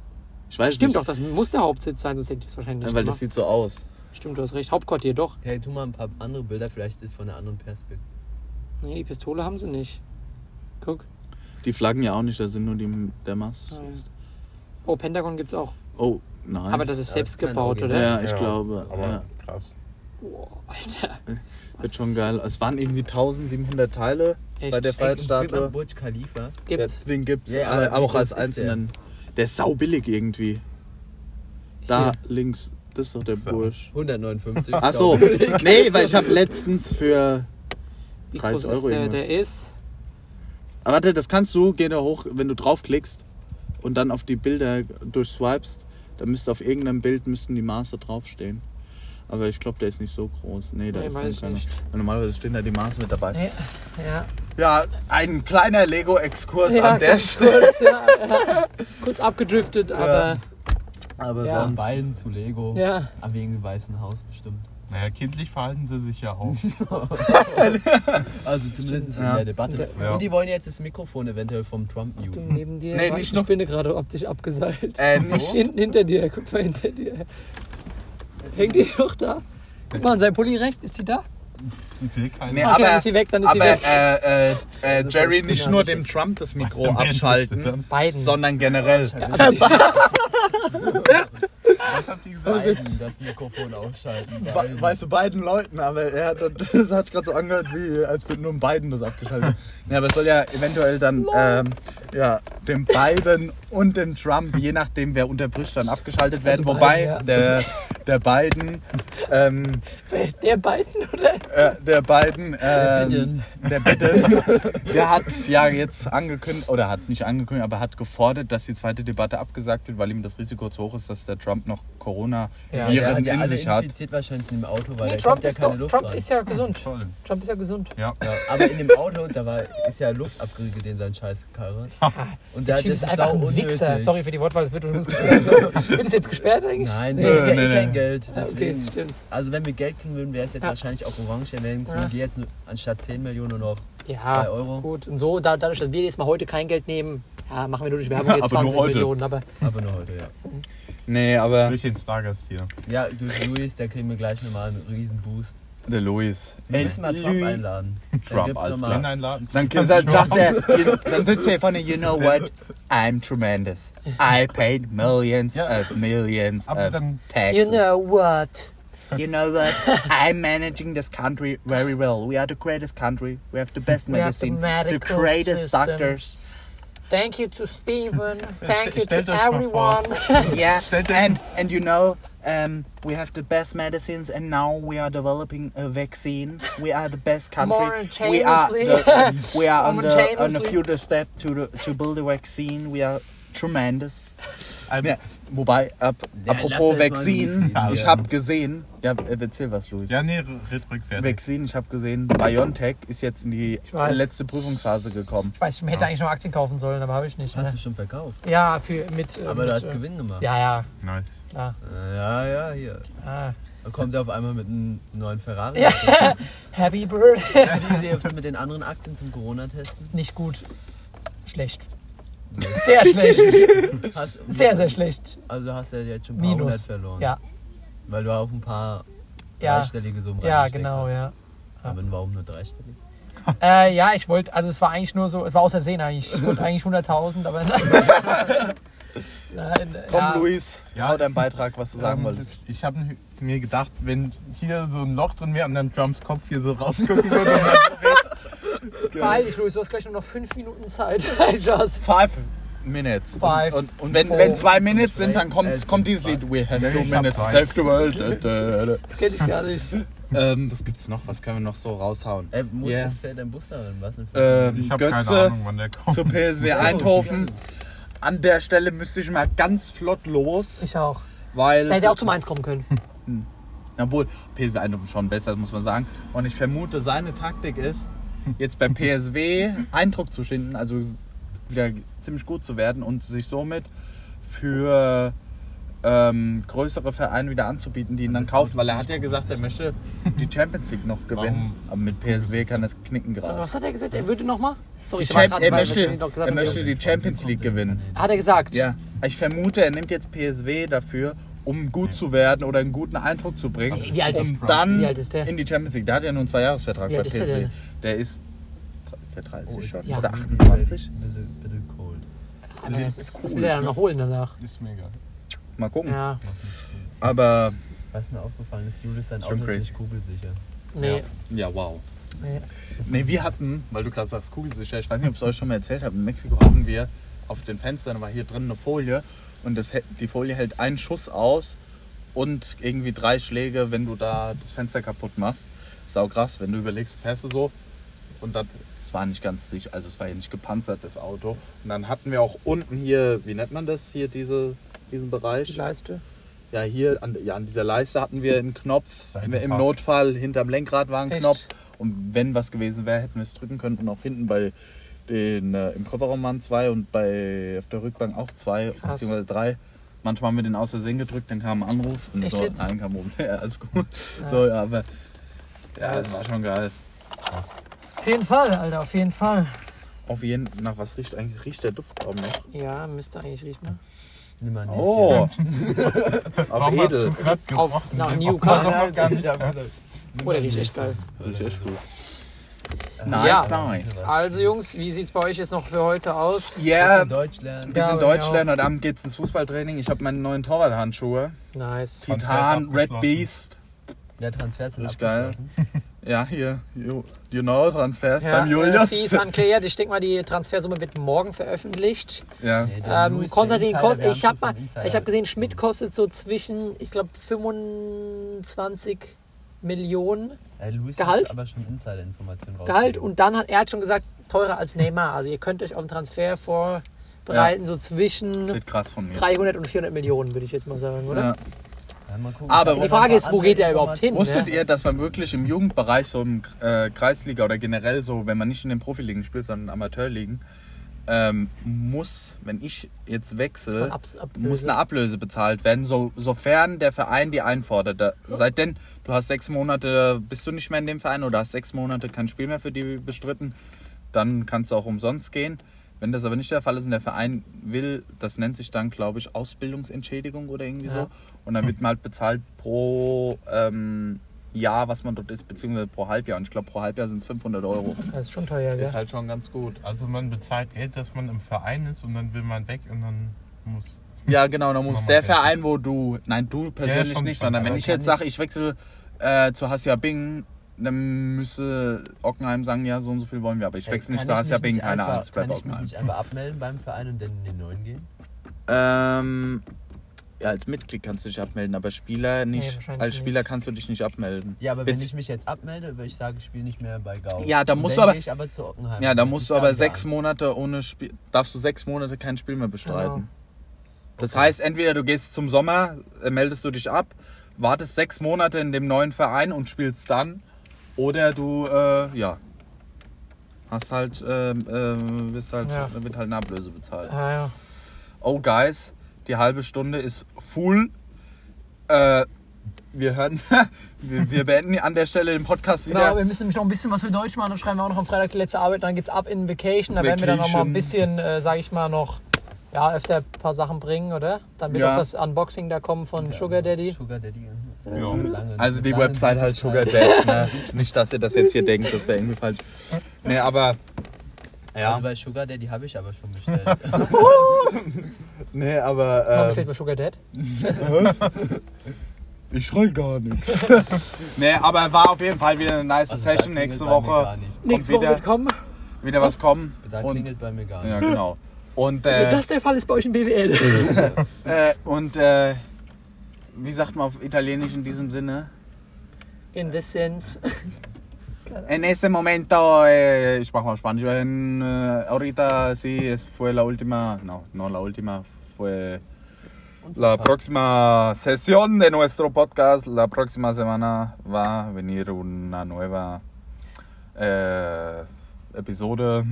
Speaker 1: Ich weiß
Speaker 2: Stimmt
Speaker 1: nicht,
Speaker 2: doch, das muss der Hauptsitz sein, sonst hätte ich das wahrscheinlich nicht
Speaker 1: weil das sieht
Speaker 2: gemacht.
Speaker 1: so aus.
Speaker 2: Stimmt, du hast recht. Hauptquartier, doch.
Speaker 3: Hey, tu mal ein paar andere Bilder, vielleicht ist von einer anderen Perspektive.
Speaker 2: Nee, die Pistole haben sie nicht. Guck.
Speaker 1: Die Flaggen ja auch nicht, da sind nur die, der Mast.
Speaker 2: Ah, ja. Oh, Pentagon gibt's auch.
Speaker 1: Oh, nice.
Speaker 2: Aber das ist
Speaker 3: Ja, das
Speaker 2: selbst
Speaker 3: ist kein
Speaker 2: gebaut,
Speaker 3: Original.
Speaker 2: oder?
Speaker 1: Ja, ich glaube.
Speaker 4: Aber
Speaker 1: Ja.
Speaker 4: krass.
Speaker 2: Boah, Alter.
Speaker 1: Wird schon geil. Es waren irgendwie 1700 Teile
Speaker 2: Echt?
Speaker 1: bei der
Speaker 2: Echt?
Speaker 3: Guck mal,
Speaker 1: Freiheitsstatue.
Speaker 3: Burj Khalifa.
Speaker 2: Gibt's.
Speaker 1: Ja, Den gibt's.
Speaker 3: Ja,
Speaker 1: aber
Speaker 3: aber
Speaker 1: auch
Speaker 3: wie
Speaker 1: als
Speaker 3: groß ist der?
Speaker 1: einzelnen. Der? ist saubillig irgendwie. Da
Speaker 2: Hier.
Speaker 1: links, das ist doch der
Speaker 4: So.
Speaker 1: Bursch.
Speaker 3: 159.
Speaker 1: Ach so.
Speaker 3: Sau-
Speaker 1: nee, weil ich habe letztens für.
Speaker 2: Wie
Speaker 1: 30
Speaker 2: groß ist
Speaker 1: Euro
Speaker 2: der?
Speaker 1: irgendwas.
Speaker 2: Der ist.
Speaker 1: Ah, warte, das kannst du, geh da hoch, wenn du draufklickst und dann auf die Bilder durchswipest, dann müsste auf irgendeinem Bild müssten die Maße draufstehen. Aber ich glaube, der ist nicht so groß. Nee, da
Speaker 2: Nee,
Speaker 1: ist
Speaker 2: weiß
Speaker 1: dann
Speaker 2: ich
Speaker 1: keiner.
Speaker 2: nicht.
Speaker 1: Weil Normalerweise stehen da die Maße mit dabei.
Speaker 2: Nee, ja.
Speaker 1: Ja, ein kleiner Lego-Exkurs
Speaker 2: Ja,
Speaker 1: an der
Speaker 2: ganz
Speaker 1: Stelle.
Speaker 2: kurz, ja, ja. kurz abgedriftet, aber
Speaker 1: Aber
Speaker 2: Ja.
Speaker 3: Von
Speaker 1: sonst.
Speaker 3: beiden zu Lego.
Speaker 2: Ja.
Speaker 3: Aber wegen dem Weißen Haus bestimmt.
Speaker 4: Naja, kindlich verhalten sie sich ja auch.
Speaker 3: Also zumindest
Speaker 1: Ja.
Speaker 3: in der Debatte.
Speaker 4: Ja.
Speaker 3: Und die wollen jetzt das Mikrofon eventuell vom Trump
Speaker 2: du
Speaker 3: muten.
Speaker 2: neben
Speaker 1: Nee,
Speaker 2: dir nee,
Speaker 1: nicht
Speaker 2: nicht die
Speaker 1: noch-
Speaker 2: Spinne gerade optisch abgeseilt.
Speaker 1: Äh, nicht.
Speaker 2: Hinten hinter dir, guck mal hinter dir. Hängt die noch da? Guck mal an seinem Pulli rechts, ist die da?
Speaker 4: Ich will keine.
Speaker 1: Nee,
Speaker 2: Okay, dann ist sie weg, dann ist sie
Speaker 1: aber,
Speaker 2: weg.
Speaker 1: Äh, äh, äh,
Speaker 3: Also
Speaker 1: Jerry,
Speaker 3: ich bin
Speaker 1: nicht
Speaker 3: ja
Speaker 1: nur
Speaker 3: nicht-
Speaker 1: dem Trump das Mikro
Speaker 4: Dann werden sie
Speaker 1: abschalten,
Speaker 4: dann-
Speaker 2: Beiden.
Speaker 1: sondern generell.
Speaker 2: Also,
Speaker 4: Was habt ihr
Speaker 1: Also
Speaker 4: gesagt?
Speaker 3: Beiden das Mikrofon ausschalten.
Speaker 1: We-
Speaker 3: Beiden.
Speaker 1: Weißt du, beiden Leuten, aber er hat, das hat sich gerade so angehört, wie als würden nur beiden das abgeschaltet. Ja, aber es soll ja eventuell dann ähm, ja, dem Biden und dem Trump, je nachdem wer unterbricht, dann abgeschaltet werden.
Speaker 2: Also
Speaker 1: Wobei
Speaker 2: beiden,
Speaker 1: der, der Biden, ähm,
Speaker 2: der beiden oder?
Speaker 1: äh, der Biden, ähm,
Speaker 3: Biden.
Speaker 1: der Biden, der hat ja jetzt angekündigt, oder hat nicht angekündigt, aber hat gefordert, dass die zweite Debatte abgesagt wird, weil ihm das Risiko zu hoch ist, dass der Trump noch
Speaker 2: Ja,
Speaker 1: Corona-Viren
Speaker 3: Der hat ja
Speaker 1: in
Speaker 3: alle
Speaker 1: sich hat.
Speaker 3: infiziert wahrscheinlich in dem Auto, weil da
Speaker 2: Nee, Trump
Speaker 3: kommt ja
Speaker 2: ist,
Speaker 3: keine
Speaker 2: doch,
Speaker 3: Luft
Speaker 2: Trump
Speaker 3: dran.
Speaker 2: ist ja gesund.
Speaker 4: Toll.
Speaker 2: Trump ist ja gesund.
Speaker 4: Ja.
Speaker 3: Ja, aber in dem Auto, da war, ist ja Luft abgeriegelt in seinen scheiß Karre. Und der,
Speaker 2: Der Typ
Speaker 3: das
Speaker 2: ist einfach
Speaker 3: sau
Speaker 2: ein
Speaker 3: unnötig.
Speaker 2: Wichser. Sorry für die Wortwahl, das wird uns gesperrt. wird es jetzt gesperrt eigentlich?
Speaker 3: Nein,
Speaker 2: Nee. Ah,
Speaker 3: nee, nee, eh
Speaker 1: nee,
Speaker 3: kein
Speaker 1: nee.
Speaker 3: Geld.
Speaker 2: Okay,
Speaker 3: Deswegen.
Speaker 2: stimmt.
Speaker 3: also wenn wir Geld kriegen würden, wäre es jetzt
Speaker 2: Ja.
Speaker 3: wahrscheinlich auch orange. Dann wären es
Speaker 2: Ja.
Speaker 3: ja. jetzt nur- anstatt 10 Millionen nur noch
Speaker 2: Ja,
Speaker 3: 2 Euro.
Speaker 2: gut. Und so, da, dadurch, dass wir jetzt mal heute kein Geld nehmen, ja, machen wir nur durch Werbung jetzt
Speaker 1: Aber nur
Speaker 2: 20
Speaker 1: heute.
Speaker 2: Millionen. Aber
Speaker 3: Aber nur heute, ja.
Speaker 1: Nee, aber.
Speaker 4: Durch den Stargast hier.
Speaker 3: Ja, durch Luis, da kriegen wir gleich nochmal einen riesen Boost.
Speaker 1: Der Louis.
Speaker 3: Wir müssen mal Trump einladen. Dann
Speaker 1: Trump,
Speaker 3: gibt's
Speaker 1: alles
Speaker 3: noch
Speaker 1: klar.
Speaker 3: mal-
Speaker 4: Wenn einladen.
Speaker 1: Dann, dann sagt er, dann sitzt er vorne, you know what, I'm tremendous. I paid millions
Speaker 4: Ja.
Speaker 1: of millions
Speaker 4: Aber
Speaker 1: of
Speaker 4: dann-
Speaker 1: taxes.
Speaker 2: what?
Speaker 1: You know what, I'm managing this country very well. We are the greatest country. We have the best
Speaker 2: We have the
Speaker 1: medicine, the,
Speaker 2: medical
Speaker 1: greatest
Speaker 2: system.
Speaker 1: doctors.
Speaker 2: Thank you to Steven. Thank you to
Speaker 4: Stellt euch mal
Speaker 2: everyone.
Speaker 1: Yeah,
Speaker 4: Stellt euch-
Speaker 1: and, and you know, um, we have the best medicines and now we are developing a vaccine. We are the best country. We are, the, we are on, the, on the
Speaker 2: Momentaneously.
Speaker 1: future step to, the, to build a vaccine. We are tremendous.
Speaker 4: Ähm,
Speaker 1: Ja, wobei, ab,
Speaker 3: Ja,
Speaker 1: apropos
Speaker 3: lass jetzt mal
Speaker 1: Vaccine,
Speaker 3: Luis reden.
Speaker 1: ich habe gesehen, ja, erzähl was, Luis.
Speaker 4: Ja, nee, red rückwärts.
Speaker 1: Vaccine, ich habe gesehen, BioNTech ist jetzt in die
Speaker 2: weiß.
Speaker 1: letzte Prüfungsphase gekommen.
Speaker 2: Ich weiß, ich hätte eigentlich noch Aktien kaufen sollen, aber habe ich nicht.
Speaker 3: Hast
Speaker 2: Ne?
Speaker 3: du schon verkauft?
Speaker 2: Ja, für, mit. äh,
Speaker 3: Aber
Speaker 2: mit,
Speaker 3: du hast
Speaker 2: äh,
Speaker 3: Gewinn gemacht.
Speaker 2: Ja, ja,
Speaker 4: Nice.
Speaker 2: klar.
Speaker 3: Ja, ja, hier.
Speaker 2: Ah.
Speaker 3: Dann kommt er auf einmal mit einem neuen Ferrari.
Speaker 2: Ja. Happy Bird.
Speaker 3: Hat die Idee, ob sie mit den anderen Aktien zum Corona testen?
Speaker 2: Nicht gut. Schlecht. Sehr schlecht.
Speaker 3: Hast,
Speaker 2: Sehr, sehr schlecht.
Speaker 3: Also hast du ja jetzt schon ein paar hundert
Speaker 2: Minus.
Speaker 3: verloren.
Speaker 2: Ja,
Speaker 3: Weil du auch ein paar
Speaker 2: ja.
Speaker 3: dreistellige Summen
Speaker 2: Ja,
Speaker 3: reingesteckt
Speaker 2: genau,
Speaker 3: hast.
Speaker 2: ja.
Speaker 3: Aber warum nur dreistellig?
Speaker 2: Äh, ja, ich wollte, also es war eigentlich nur so, es war außer Sehen eigentlich. Ich wollte eigentlich 100.000, aber nein. äh, nein
Speaker 1: Komm,
Speaker 2: ja.
Speaker 1: Luis, Hau deinen Beitrag, was du sagen
Speaker 4: Ähm,
Speaker 1: wolltest.
Speaker 4: Ich habe mir gedacht, wenn hier so ein Loch drin wäre und dann Trumps Kopf hier so rausgucken würde. und dann-
Speaker 2: Weil ich Luis, du hast gleich nur noch fünf Minuten Zeit. Just.
Speaker 1: Five minutes.
Speaker 2: Five,
Speaker 1: und und, und wenn,
Speaker 2: four,
Speaker 1: wenn zwei Minutes sind, dann
Speaker 3: three,
Speaker 1: kommt, kommt dieses Lied. We have
Speaker 4: Nee,
Speaker 1: two
Speaker 4: ich hab
Speaker 1: minutes to
Speaker 4: drei.
Speaker 1: save the world.
Speaker 2: Das kenne ich gar nicht.
Speaker 1: ähm, äh, was gibt's noch? Was können wir noch so raushauen?
Speaker 3: Ey, muss
Speaker 1: Yeah.
Speaker 3: das fällt ein Bus da drin? Was denn für
Speaker 1: Ähm,
Speaker 4: Ich habe keine
Speaker 1: Götze
Speaker 4: Ahnung, wann der kommt.
Speaker 1: zu PSW Eindhoven. An der Stelle müsste ich mal ganz flott los,
Speaker 2: Ich auch.
Speaker 1: weil.
Speaker 2: Da hätte er auch zum Eins kommen können.
Speaker 1: Obwohl, PSW Eindhoven schon besser, muss man sagen. Und ich vermute, seine Taktik ist, jetzt beim PSW Eindruck zu schinden, also wieder ziemlich gut zu werden und sich somit für ähm, größere Vereine wieder anzubieten, die ihn dann kaufen. Weil er hat ja gesagt, er möchte die Champions League noch gewinnen. Aber mit PSW kann das knicken
Speaker 2: Und
Speaker 1: gerade.
Speaker 2: was hat er gesagt? Er würde nochmal? Sorry,
Speaker 1: Die
Speaker 2: ich war
Speaker 1: Champ
Speaker 2: gerade
Speaker 1: er
Speaker 2: bei, was
Speaker 1: möchte,
Speaker 2: wir noch gesagt
Speaker 1: er
Speaker 2: haben.
Speaker 1: möchte die Champions League gewinnen.
Speaker 2: Hat er gesagt?
Speaker 1: Ja, ich vermute, er nimmt jetzt PSW dafür, um gut zu werden oder einen guten Eindruck zu bringen.
Speaker 2: Wie alt
Speaker 1: um
Speaker 2: ist-
Speaker 1: dann
Speaker 2: wie alt ist der?
Speaker 1: in die Champions League. Der hat ja nur einen Zweijahresvertrag
Speaker 2: Wie
Speaker 1: bei
Speaker 2: alt ist
Speaker 1: PSW.
Speaker 2: der
Speaker 1: Der,
Speaker 2: denn? Oh,
Speaker 1: ist, ist der 30 schon
Speaker 2: ja.
Speaker 1: oder 28.
Speaker 3: Bitte, bitte cold.
Speaker 2: Aber Ah, das ist, das will er dann noch holen danach.
Speaker 4: Ist mega.
Speaker 1: Mal gucken.
Speaker 2: Ja,
Speaker 1: Aber
Speaker 3: Was mir aufgefallen ist, Julius, sein
Speaker 1: Schon
Speaker 3: Auto ist
Speaker 1: crazy.
Speaker 3: nicht kugelsicher.
Speaker 2: nee.
Speaker 1: ja, wow.
Speaker 2: nee.
Speaker 1: Nee, wir hatten, weil du gerade sagst, kugelsicher, ich weiß nicht, ob ich es euch schon mal erzählt habe, in Mexiko hatten wir auf den Fenstern, war hier drin eine Folie und das, hä- die Folie hält einen Schuss aus und irgendwie drei Schläge, wenn du da das Fenster kaputt machst. Sau krass, wenn du überlegst, fährst du so und dann, es war nicht ganz sicher, also es war ja nicht gepanzert, das Auto. Und dann hatten wir auch unten hier, wie nennt man das hier, diese, diesen
Speaker 2: Die
Speaker 1: Bereich?
Speaker 2: Leiste.
Speaker 1: Ja, hier an, ja, an dieser Leiste hatten wir einen Knopf. Wenn wir Im
Speaker 4: Seitenpark.
Speaker 1: Notfall hinterm Lenkrad war ein
Speaker 2: Echt?
Speaker 1: Knopf. Und wenn was gewesen wäre, hätten wir es drücken können. Und auch hinten bei den, äh, im Kofferraum waren zwei und bei, auf der Rückbank auch zwei,
Speaker 2: Krass.
Speaker 1: beziehungsweise drei. Manchmal haben wir den aus Versehen gedrückt, dann kam ein Anruf und
Speaker 2: Echt
Speaker 1: so,
Speaker 2: jetzt?
Speaker 1: nein, kam oben. Ja, alles gut. So, ja, aber ja, das
Speaker 2: Krass.
Speaker 1: war schon geil.
Speaker 2: Auf jeden Fall, Alter, auf jeden Fall.
Speaker 1: Auf jeden nach was riecht eigentlich? Riecht der Duftraum noch?
Speaker 2: Ja, müsste eigentlich riechen, ne?
Speaker 3: Nimm mal ein
Speaker 1: Oh! auf
Speaker 4: Warum hast
Speaker 1: Edel.
Speaker 4: du grad
Speaker 2: Auf,
Speaker 4: gebrochen?
Speaker 2: nach New
Speaker 3: bisschen.
Speaker 2: Car.
Speaker 3: Nein, gar nicht am
Speaker 1: Ähm,
Speaker 3: Ende.
Speaker 2: Oh, der riecht echt geil.
Speaker 1: Riecht echt gut. Nice,
Speaker 2: Ja.
Speaker 1: nice.
Speaker 2: Also, Jungs, wie sieht's bei euch jetzt noch für heute aus?
Speaker 1: Yeah,
Speaker 3: Bisschen Deutsch lernen.
Speaker 2: Ja,
Speaker 1: bisschen
Speaker 2: aber
Speaker 1: Deutsch
Speaker 2: ja.
Speaker 1: lernen. Heute Abend geht's ins Fußballtraining. Ich habe meine neuen Torwarthandschuhe.
Speaker 2: Nice.
Speaker 1: Titan, Red
Speaker 4: abgeschlossen.
Speaker 1: Beast.
Speaker 3: Der Transfer sind
Speaker 1: Richtig geil.
Speaker 3: abgeschlossen.
Speaker 1: Ja, hier, you, you know, Transfers
Speaker 2: Ja,
Speaker 1: beim
Speaker 2: äh,
Speaker 1: Julius.
Speaker 2: Fee ist uncleared. Ich denke mal, die Transfersumme wird morgen veröffentlicht.
Speaker 1: ja.
Speaker 3: Nee, der
Speaker 2: Ähm,
Speaker 3: Luis, der
Speaker 2: Konstantin
Speaker 3: Insider,
Speaker 2: kostet,
Speaker 3: wir
Speaker 2: ich
Speaker 3: haben
Speaker 2: habe
Speaker 3: schon
Speaker 2: mal,
Speaker 3: vom Insider
Speaker 2: ich habe gesehen, Schmidt kostet so zwischen, ich glaube, 25 Millionen
Speaker 3: Äh, Luis
Speaker 2: Gehalt?
Speaker 3: hat aber schon Insider-Informationen
Speaker 2: Gehalt
Speaker 3: rausgegeben.
Speaker 2: und dann hat er hat schon gesagt, teurer als Neymar. Also ihr könnt euch auf den Transfer vorbereiten, so
Speaker 1: Das
Speaker 2: zwischen
Speaker 1: wird krass von mir.
Speaker 2: 300 und 400 Millionen, würde ich jetzt mal sagen, oder?
Speaker 1: Ja.
Speaker 3: Ja, mal gucken.
Speaker 1: Aber
Speaker 3: Ich
Speaker 1: die
Speaker 3: hab
Speaker 2: Frage
Speaker 3: noch
Speaker 2: ist, wo
Speaker 3: andere
Speaker 2: geht der überhaupt hin?
Speaker 3: Informationen.
Speaker 1: Wusstet ihr, dass man wirklich im Jugendbereich, so im äh, Kreisliga oder generell so, wenn man nicht in den Profiligen spielt, sondern in Amateurligen, ähm, muss, wenn ich jetzt wechsle,
Speaker 2: Abs- Ablöse.
Speaker 1: muss eine Ablöse bezahlt werden, so, sofern der Verein die einfordert. Da, seit denn, du hast sechs Monate, bist du nicht mehr in dem Verein oder hast sechs Monate kein Spiel mehr für die bestritten, dann kannst du auch umsonst gehen. Wenn das aber nicht der Fall ist und der Verein will, das nennt sich dann, glaube ich, Ausbildungsentschädigung oder irgendwie
Speaker 2: Ja.
Speaker 1: so. Und dann wird man halt bezahlt pro ähm, Jahr, was man dort ist, beziehungsweise pro Halbjahr. Und ich glaube, pro Halbjahr sind es 500 Euro.
Speaker 2: Das ist schon teuer,
Speaker 1: Ist
Speaker 2: gell?
Speaker 1: halt schon ganz gut.
Speaker 4: Also man bezahlt Geld, dass man im Verein ist und dann will man weg und dann muss.
Speaker 1: Ja, genau, dann muss
Speaker 4: Mama
Speaker 1: der
Speaker 4: kennt
Speaker 1: Verein, wo du, nein, du persönlich
Speaker 4: schon,
Speaker 1: nicht,
Speaker 4: schon,
Speaker 1: sondern wenn
Speaker 4: aber
Speaker 1: ich
Speaker 4: kann
Speaker 1: jetzt sage, ich wechsle äh, zu Hassia Bing, dann müsste Ockenheim sagen, ja, so und so viel wollen wir, aber ich
Speaker 3: Ey,
Speaker 1: wechsle nicht
Speaker 3: Äh, kann
Speaker 1: zu
Speaker 3: ich
Speaker 1: Hassia
Speaker 3: mich
Speaker 1: Bing,
Speaker 3: nicht
Speaker 1: keine Ahnung, es
Speaker 3: einfach-
Speaker 1: bleibt
Speaker 3: Kann ich mich
Speaker 1: Ockenheim.
Speaker 3: nicht einfach abmelden beim Verein und dann in den neuen gehen?
Speaker 1: Ähm, ja, als Mitglied kannst du dich abmelden, aber Spieler nicht,
Speaker 2: wahrscheinlich
Speaker 1: als Spieler
Speaker 2: nicht.
Speaker 1: kannst du dich nicht abmelden.
Speaker 3: Ja, aber wenn
Speaker 1: Bezie-
Speaker 3: ich mich jetzt abmelde, würde ich sagen, ich spiele nicht mehr bei Gau.
Speaker 1: Ja, da
Speaker 3: Und
Speaker 1: musst
Speaker 3: dann
Speaker 1: du aber-
Speaker 3: gehe Ich aber zu Ockenheim.
Speaker 1: ja, da
Speaker 3: Dann
Speaker 1: musst du
Speaker 3: würde ich
Speaker 1: aber
Speaker 3: sagen,
Speaker 1: sechs
Speaker 3: ja.
Speaker 1: Monate ohne Spiel, darfst du sechs Monate kein Spiel mehr bestreiten.
Speaker 2: Genau.
Speaker 1: Das heißt, entweder du gehst zum Sommer, äh, meldest du dich ab, wartest sechs Monate in dem neuen Verein und spielst dann, oder du, äh, ja, hast halt, äh, äh, bist halt,
Speaker 2: Ja.
Speaker 1: wird halt eine Ablöse bezahlt.
Speaker 2: Ah, ja.
Speaker 1: Oh, Guys, die halbe Stunde ist full. Äh, wir hören, wir, wir beenden an der Stelle den Podcast wieder.
Speaker 2: Genau, wir müssen nämlich noch ein bisschen was für Deutsch machen. Dann schreiben wir auch noch am Freitag die letzte Arbeit. Dann geht's ab in Vacation. Da werden wir dann noch mal ein bisschen, äh, sage ich mal, noch ja, öfter ein paar Sachen bringen, oder? Dann wird
Speaker 1: Ja.
Speaker 2: auch das Unboxing da kommen von Sugar Daddy.
Speaker 3: Sugar Daddy. Ja. Lange-
Speaker 1: Also die
Speaker 3: lange
Speaker 1: Website heißt Sugar
Speaker 3: Süßigkeit.
Speaker 1: Dad, ne? Nicht, dass ihr das jetzt hier denkt, das wäre irgendwie falsch. Nee, aber. Ja.
Speaker 3: Also bei Sugar Daddy habe ich aber schon bestellt.
Speaker 1: Nee,
Speaker 2: Warum
Speaker 1: aber.
Speaker 2: stellt
Speaker 1: Ähm,
Speaker 2: man Sugar Dad?
Speaker 1: ich schreie gar nichts. Nee, aber war auf jeden Fall wieder eine nice
Speaker 3: Also da
Speaker 1: Session.
Speaker 3: klingelt
Speaker 1: Nächste
Speaker 3: bei mir
Speaker 1: Woche
Speaker 3: gar nichts.
Speaker 1: kommt
Speaker 2: Nächste Woche
Speaker 1: wieder,
Speaker 2: wird kommen.
Speaker 1: wieder was kommen.
Speaker 3: Da
Speaker 1: Und,
Speaker 3: klingelt bei mir gar
Speaker 1: ja,
Speaker 3: nichts.
Speaker 1: genau. Und,
Speaker 2: Wenn
Speaker 1: äh,
Speaker 2: das der Fall ist bei euch im BWL.
Speaker 1: äh, und äh, wie sagt man auf Italienisch in diesem Sinne?
Speaker 2: In this sense.
Speaker 1: En ese momento, eh, ich mach mal Spanisch. En, eh, ahorita sí, es fue la última, no, no la última, fue la próxima sesión de nuestro podcast. La próxima semana va a venir una nueva eh, episode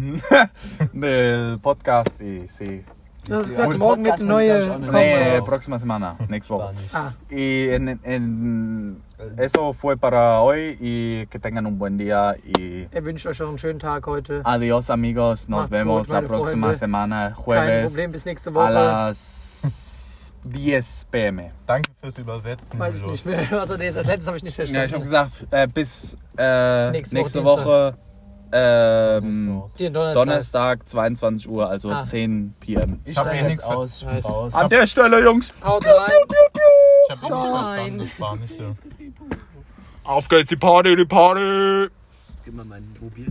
Speaker 1: del podcast. Y, sí.
Speaker 2: Du hast
Speaker 1: Und
Speaker 2: gesagt, morgen wird
Speaker 3: Podcast
Speaker 2: eine
Speaker 3: haben sie,
Speaker 2: neue
Speaker 3: glaub ich, auch noch nicht.
Speaker 1: Nee,
Speaker 2: kommen.
Speaker 3: Vamos.
Speaker 1: próxima semana, next week.
Speaker 3: Spanisch.
Speaker 2: Ah,
Speaker 1: Y en, en- eso fue para hoy y que tengan un buen día y
Speaker 2: er wünscht euch noch einen schönen Tag heute.
Speaker 1: Adiós amigos, nos
Speaker 2: Macht's
Speaker 1: vemos
Speaker 2: gut,
Speaker 1: la
Speaker 2: meine
Speaker 1: próxima
Speaker 2: Freunde.
Speaker 1: semana,
Speaker 2: Kein
Speaker 1: jueves
Speaker 2: Problem, bis nächste
Speaker 1: a
Speaker 2: Woche.
Speaker 1: las 10 pm.
Speaker 4: Danke fürs Übersetzen.
Speaker 2: Weiß ich
Speaker 4: Julius.
Speaker 2: nicht mehr. Also, nee, das letzte habe ich nicht verstanden.
Speaker 1: Ja, ich habe gesagt, äh, bis äh,
Speaker 2: Nächste
Speaker 1: nächste,
Speaker 2: Woche
Speaker 1: Woche, ähm,
Speaker 3: Nächste Woche.
Speaker 2: Den Donnerstag.
Speaker 1: Donnerstag 22 Uhr, also
Speaker 2: Ah.
Speaker 1: 10 pm.
Speaker 3: Ich
Speaker 4: hab
Speaker 3: steig
Speaker 4: eh
Speaker 3: jetzt
Speaker 4: nix ver-
Speaker 3: aus,
Speaker 2: Nice.
Speaker 3: raus.
Speaker 1: An der Stelle, Jungs,
Speaker 2: Haut rein.
Speaker 4: Ich habe auch verstanden, das Spanische.
Speaker 1: auf geht's, die Party, die Party!
Speaker 3: Gib mal mein Mobil.